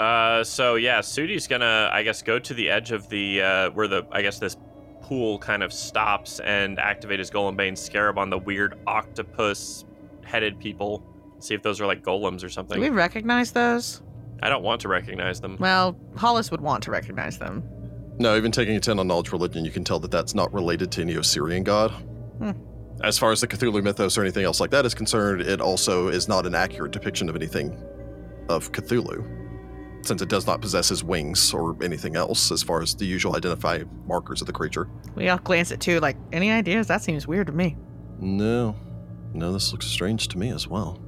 S2: Uh, so yeah, Sudi's gonna, I guess, go to the edge of the uh, where the, I guess, this pool kind of stops and activate his Golem Bane Scarab on the weird octopus-headed people. See if those are like golems or
S5: Do we
S2: something.
S5: recognize those?
S2: I don't want to recognize them.
S5: Well, Hollis would want to recognize them.
S1: No, even taking a 10 on knowledge religion, you can tell that that's not related to any Osirian god.
S5: Hmm.
S1: As far as the Cthulhu mythos or anything else like that is concerned, it also is not an accurate depiction of anything of Cthulhu, since it does not possess his wings or anything else as far as the usual identify markers of the creature.
S5: We all glance at two, like, any ideas? That seems weird to me.
S1: No. No, this looks strange to me as well.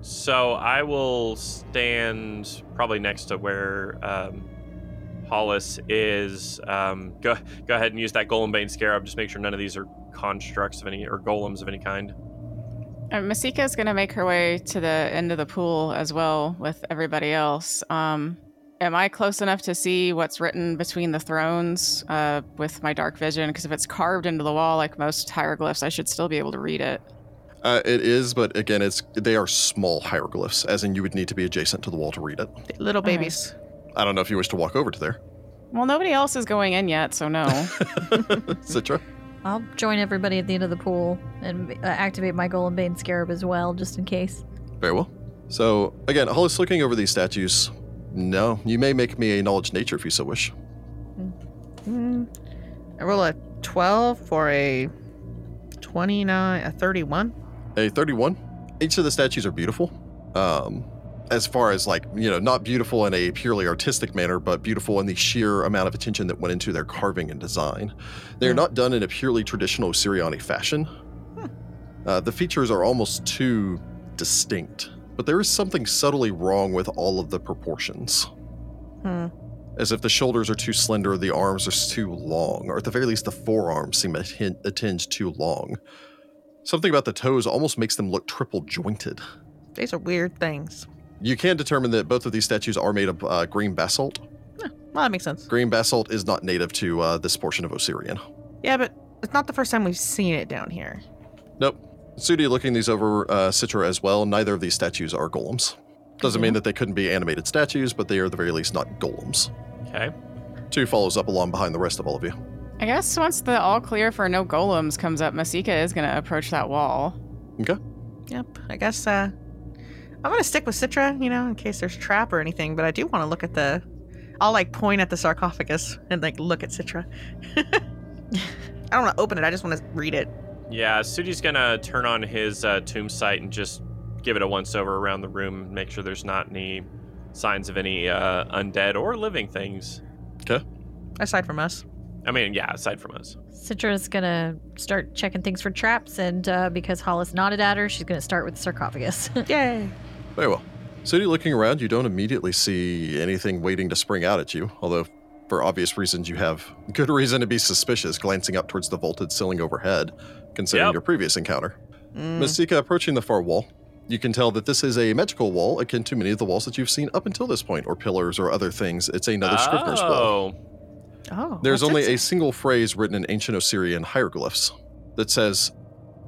S2: So I will stand probably next to where um, Hollis is. Um, go go ahead and use that Golem Bane Scarab. Just make sure none of these are constructs of any or golems of any kind.
S4: Uh, Masika's going to make her way to the end of the pool as well with everybody else. Um, am I close enough to see what's written between the thrones uh, with my dark vision? Because if it's carved into the wall like most hieroglyphs, I should still be able to read it.
S1: Uh, it is, but again, it's they are small hieroglyphs, as in you would need to be adjacent to the wall to read it.
S5: Little
S4: right.
S5: babies.
S1: I don't know if you wish to walk over to there,
S4: Well, nobody else is going in yet, so no.
S1: Citra.
S3: I'll join everybody at the end of the pool and uh, activate my Golem Bane Scarab as well, just in case.
S1: Very well. So again, Hollis looking over these statues. No, you may make me a knowledge nature if you so wish.
S5: Hmm. I roll a 12 for a 29, a 31.
S1: A 31. Each of the statues are beautiful. Um, as far as like, you know, not beautiful in a purely artistic manner, but beautiful in the sheer amount of attention that went into their carving and design. They're
S5: Hmm.
S1: not done in a purely traditional Siriani fashion. Uh, the features are almost too distinct, but there is something subtly wrong with all of the proportions.
S5: Hmm.
S1: as if the shoulders are too slender, the arms are too long, or at the very least, the forearms seem a, hin- a tinge too long. Something about the toes almost makes them look triple jointed.
S5: These are weird things.
S1: You can determine that both of these statues are made of uh, green basalt.
S5: Well, that makes sense.
S1: Green basalt is not native to uh, this portion of Osirian.
S5: Yeah, but it's not the first time we've seen it down here.
S1: Nope. Sudi looking these over, uh, Citra as well. Neither of these statues are golems. Doesn't mean that they couldn't be animated statues, but they are at the very least not golems.
S2: Okay.
S1: Two follows up along behind the rest of all of you.
S4: I guess once the all clear for no golems comes up, Masika is going to approach that wall.
S5: Yep. I guess uh, I'm going to stick with Citra, you know, in case there's a trap or anything, but I do want to look at the. I'll like point at the sarcophagus and like look at Citra. I don't want to open it. I just want to read it.
S2: Yeah, Sudi's gonna turn on his uh, tomb site and just give it a once over around the room, make sure there's not any signs of any uh, undead or living things.
S5: Aside from us.
S2: I mean, yeah, aside from us.
S3: Citra's gonna start checking things for traps, and uh, because Hollis nodded at her, she's gonna start with the sarcophagus.
S5: Yay.
S1: Very well. So you're looking around, you don't immediately see anything waiting to spring out at you, although for obvious reasons you have good reason to be suspicious glancing up towards the vaulted ceiling overhead, considering
S2: Yep.
S1: your previous encounter.
S5: Mm.
S1: Masika, approaching the far wall, you can tell that this is a magical wall akin to many of the walls that you've seen up until this point, or pillars or other things. It's another Scrivener's wall.
S2: oh,
S5: Oh,
S1: There's
S5: what's
S1: only
S5: that
S1: a single phrase written in ancient Osirian hieroglyphs that says,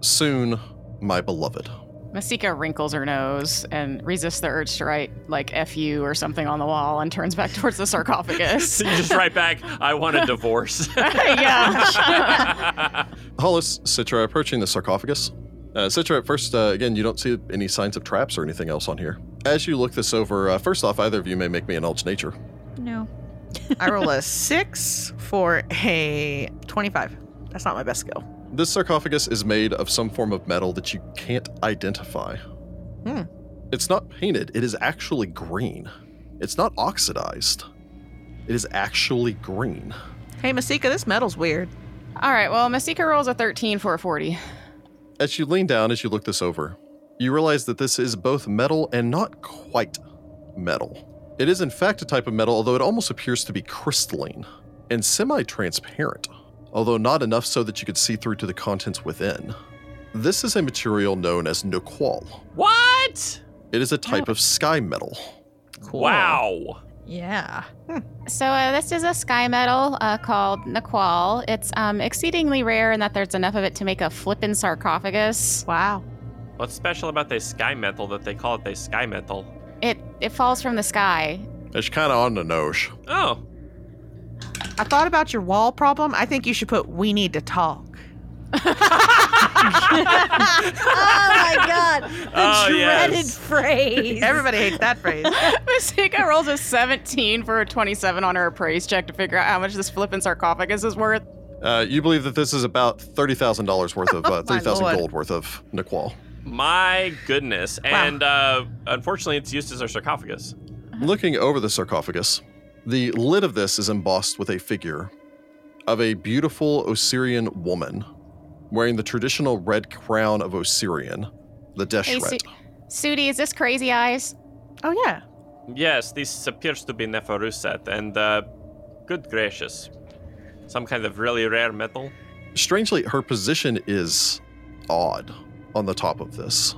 S1: Soon, my beloved.
S4: Masika wrinkles her nose and resists the urge to write like "fu" or something on the wall, and turns back towards the sarcophagus.
S2: so you just write back. I want a divorce.
S4: yeah.
S1: Hollis, Citra, approaching the sarcophagus. Uh, Citra, at first, uh, again, you don't see any signs of traps or anything else on here. As you look this over, uh, first off, either of you may make me an alt nature.
S3: No.
S5: I roll a six for a 25. That's not my best skill.
S1: This sarcophagus is made of some form of metal that you can't identify.
S5: Hmm.
S1: It's not painted, it is actually green. It's not oxidized, it is actually green.
S5: Hey, Masika, this metal's weird.
S4: All right. Well, Masika rolls a thirteen for a forty.
S1: As you lean down, as you look this over, you realize that this is both metal and not quite metal. It is, in fact, a type of metal, although it almost appears to be crystalline and semi transparent, although not enough so that you could see through to the contents within. This is a material known as noqual.
S2: what?
S1: It is a type of sky metal.
S2: Wow.
S3: Yeah.
S4: So uh, this is a sky metal uh, called Naqual. It's um, exceedingly rare in that there's enough of it to make a flippin' sarcophagus.
S5: Wow.
S2: What's special about the sky metal that they call it the sky metal?
S4: It it falls from the sky.
S1: It's kind of on the nose.
S2: Oh,
S5: I thought about your wall problem. I think you should put we need to talk.
S3: oh my god. The
S2: Oh,
S3: dreaded
S2: yes.
S3: phrase.
S5: Everybody hates that phrase.
S4: Masika rolls a seventeen for a twenty-seven on her appraise check to figure out how much this flippin' sarcophagus is worth.
S1: Uh, you believe that this is about thirty thousand dollars worth of uh, thirty thousand
S5: lord.
S1: gold worth of noqual.
S2: my goodness. And uh, unfortunately, it's used as our sarcophagus.
S1: Looking over the sarcophagus, the lid of this is embossed with a figure of a beautiful Osirian woman wearing the traditional red crown of Osirian, the
S4: Hey, Su-
S1: Deshret.
S4: Sudi, is this crazy eyes?
S5: Oh, yeah.
S2: Yes, this appears to be Neferuset, and uh, good gracious, some kind of really rare metal.
S1: Strangely, her position is odd on the top of this.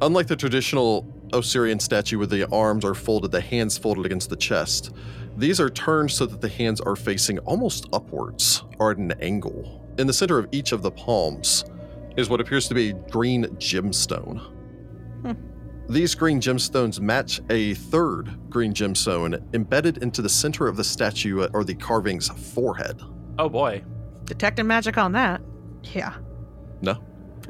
S1: Unlike the traditional Osirian statue where the arms are folded, the hands folded against the chest, these are turned so that the hands are facing almost upwards or at an angle. In the center of each of the palms is what appears to be a green gemstone.
S5: Hmm.
S1: These green gemstones match a third green gemstone embedded into the center of the statue uh, or the carving's forehead.
S2: Oh boy.
S5: Detecting magic on that.
S3: Yeah.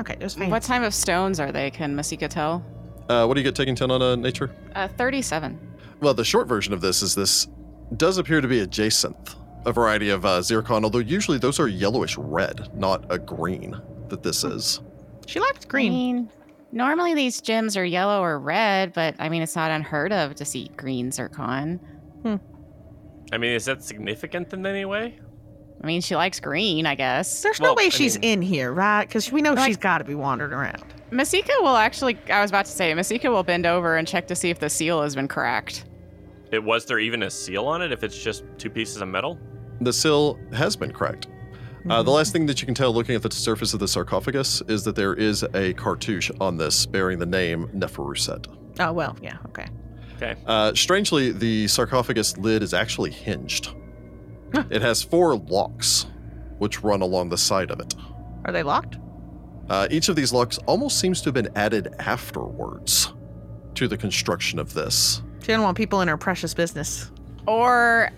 S5: Okay, there's
S4: What type of stones are they? Can Masika tell?
S1: Uh, what do you get taking 10 on uh, nature?
S4: Uh, Thirty-seven.
S1: Well, the short version of this is this does appear to be a jacinth, a variety of uh, zircon, although usually those are yellowish red, not a green that this is.
S5: She liked
S4: I
S5: green.
S4: mean, normally these gems are yellow or red, but I mean, it's not unheard of to see green zircon.
S2: I mean, is that significant in any way?
S4: I mean, she likes green, I guess.
S5: There's
S2: Well,
S5: no way
S2: I
S5: she's
S2: mean-
S5: in here, right? Because we know
S4: Like-
S5: she's got to be wandering around.
S4: Masika will actually, I was about to say, Masika will bend over and check to see if the seal has been cracked.
S2: It was there even a seal on it? If it's just two pieces of metal?
S1: The sill has been cracked. Uh, the last thing that you can tell looking at the surface of the sarcophagus is that there is a cartouche on this bearing the name Neferuset.
S5: Oh, well, yeah, okay.
S1: Uh, strangely, the sarcophagus lid is actually hinged.
S5: Huh.
S1: It has four locks which run along the side of it.
S5: Are they locked?
S1: Uh, each of these locks almost seems to have been added afterwards to the construction of this.
S5: She didn't want people in her precious business.
S4: Or,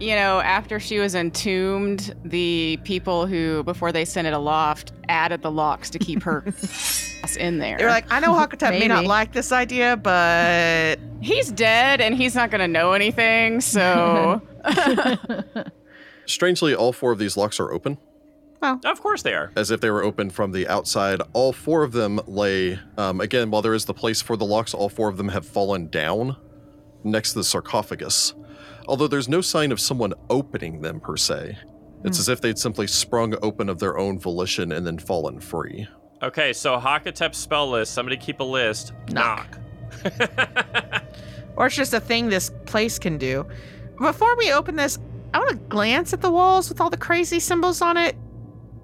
S4: you know, after she was entombed, the people who, before they sent it aloft, added the locks to keep her ass in there.
S5: They were like, I know Hakatep may not
S3: Maybe.
S5: like this idea, but
S4: he's dead and he's not going to know anything, so.
S1: Strangely, all four of these locks are open,
S2: Of course they are.
S1: as if they were open from the outside. All four of them lay, um, again, while there is the place for the locks, all four of them have fallen down next to the sarcophagus. Although there's no sign of someone opening them per se, it's as if they'd simply sprung open of their own volition and then fallen free.
S2: Okay, so Hakatep's spell list. Somebody keep a list.
S5: Knock.
S2: Knock.
S5: or it's just a thing this place can do. Before we open this, I want to glance at the walls with all the crazy symbols on it.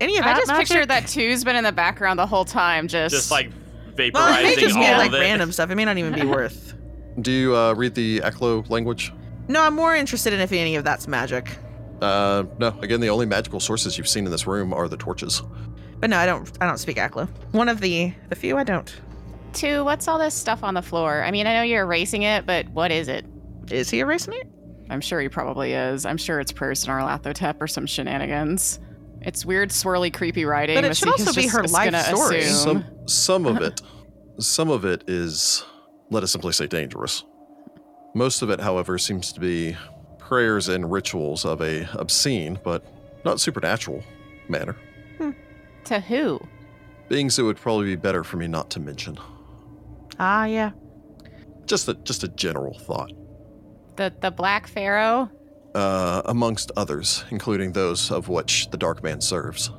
S5: any of
S4: I
S5: that
S4: just
S5: magic?
S4: pictured that two's been in the background the whole time, just,
S2: Just like vaporizing
S5: Well, it may just
S2: all
S5: be like
S2: of it.
S5: random stuff. It may not even be worth.
S1: Do you uh, read the Aklo language?
S5: No, I'm more interested in if any of that's magic.
S1: Uh, no. Again, the only magical sources you've seen in this room are the torches.
S5: But no, I don't. I don't speak Aklo. One of the the few I don't
S4: two. What's all this stuff on the floor? I mean, I know you're erasing it, but what is it?
S5: is he erasing it.
S4: I'm sure he probably is. I'm sure it's Purse and Arlathotep or some shenanigans. It's weird, swirly, creepy writing.
S5: But it should
S4: Masika's
S5: also be
S4: just-
S5: her
S4: just
S5: life
S4: gonna
S5: story.
S4: assume.
S1: Some some of it, some of it is, let us simply say, dangerous. Most of it, however, seems to be prayers and rituals of a obscene but not supernatural manner.
S4: To who?
S1: Beings that would probably be better for me not to mention.
S5: Ah, yeah.
S1: Just a just a general thought.
S4: The the Black Pharaoh?
S1: Uh, amongst others, including those of which the Dark Man serves.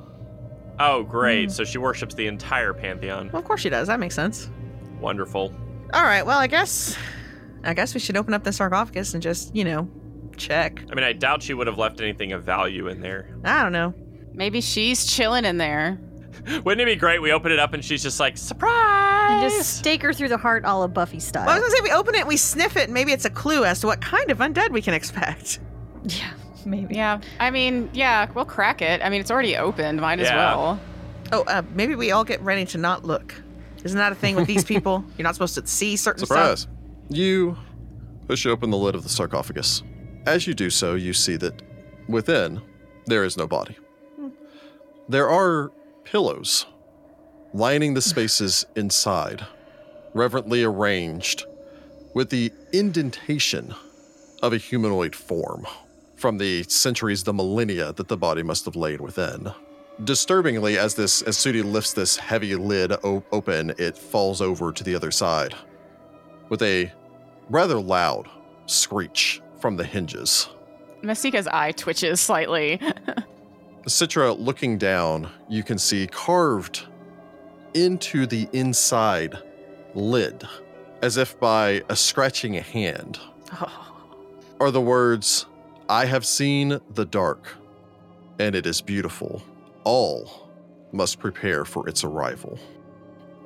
S2: Oh, great.
S5: Hmm.
S2: So she worships the entire pantheon.
S5: Well, of course she does. That makes sense.
S2: Wonderful.
S5: All right. Well, I guess, I guess we should open up the sarcophagus and just, you know, check.
S2: I mean, I doubt she would have left anything of value in there.
S5: I don't know.
S4: Maybe she's chilling in there.
S2: Wouldn't it be great? We open it up and she's just like, surprise!
S3: And just stake her through the heart, all of Buffy style.
S5: Well, I was gonna say we open it, we sniff it, and maybe it's a clue as to what kind of undead we can expect.
S3: yeah, maybe.
S4: Yeah. I mean, yeah, we'll crack it. I mean, it's already opened. Might as
S2: Yeah.
S4: well.
S5: Oh, uh, maybe we all get ready to not look. Isn't that a thing with these people? You're not supposed to see certain
S1: Surprise!
S5: stuff.
S1: You push open the lid of the sarcophagus. As you do so, you see that within there is no body. There are pillows lining the spaces inside, reverently arranged with the indentation of a humanoid form from the centuries, the millennia that the body must have laid within. Disturbingly, as this as Sudi lifts this heavy lid o- open, it falls over to the other side with a rather loud screech from the hinges.
S4: Masika's eye twitches slightly.
S1: Citra, looking down, you can see carved into the inside lid, as if by a scratching hand,
S5: Oh,
S1: are the words, I have seen the dark, and it is beautiful. All must prepare for its arrival.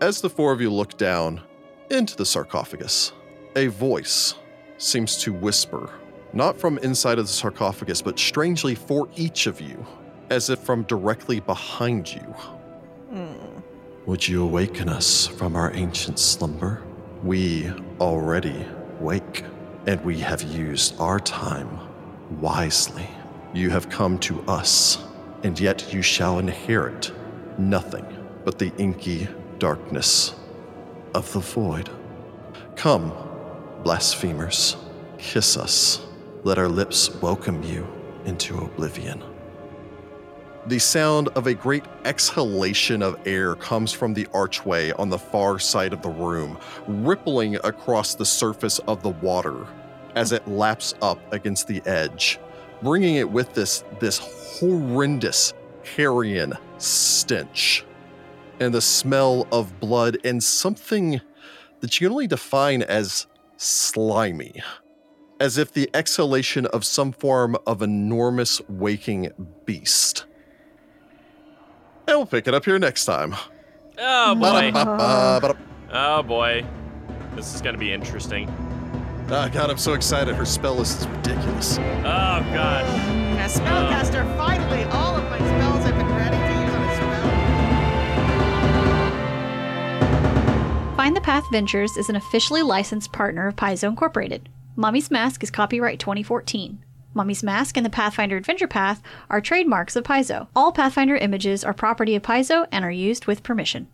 S1: As the four of you look down into the sarcophagus, a voice seems to whisper, not from inside of the sarcophagus, but strangely for each of you, as if from directly behind you.
S5: Hmm.
S1: Would you awaken us from our ancient slumber? We already wake, and we have used our time wisely. You have come to us, and yet you shall inherit nothing but the inky darkness of the void. Come, blasphemers, kiss us. Let our lips welcome you into oblivion. The sound of a great exhalation of air comes from the archway on the far side of the room, rippling across the surface of the water as it laps up against the edge, bringing it with this this horrendous carrion stench and the smell of blood and something that you can only define as slimy, as if the exhalation of some form of enormous waking beast. And we'll pick it up here next time.
S2: oh, boy.
S1: Ba-da-ba-ba, ba-da-
S2: Oh, boy. This is going to be interesting.
S1: Ah, God, I'm so excited. Her spell list is ridiculous.
S2: Oh, gosh.
S5: And As spellcaster, finally, all of my spells I've been ready to use on a spell.
S6: Find the Path Ventures is an officially licensed partner of Paizo Incorporated. Mommy's Mask is copyright 2014. Mommy's Mask and the Pathfinder Adventure Path are trademarks of Paizo. All Pathfinder images are property of Paizo and are used with permission.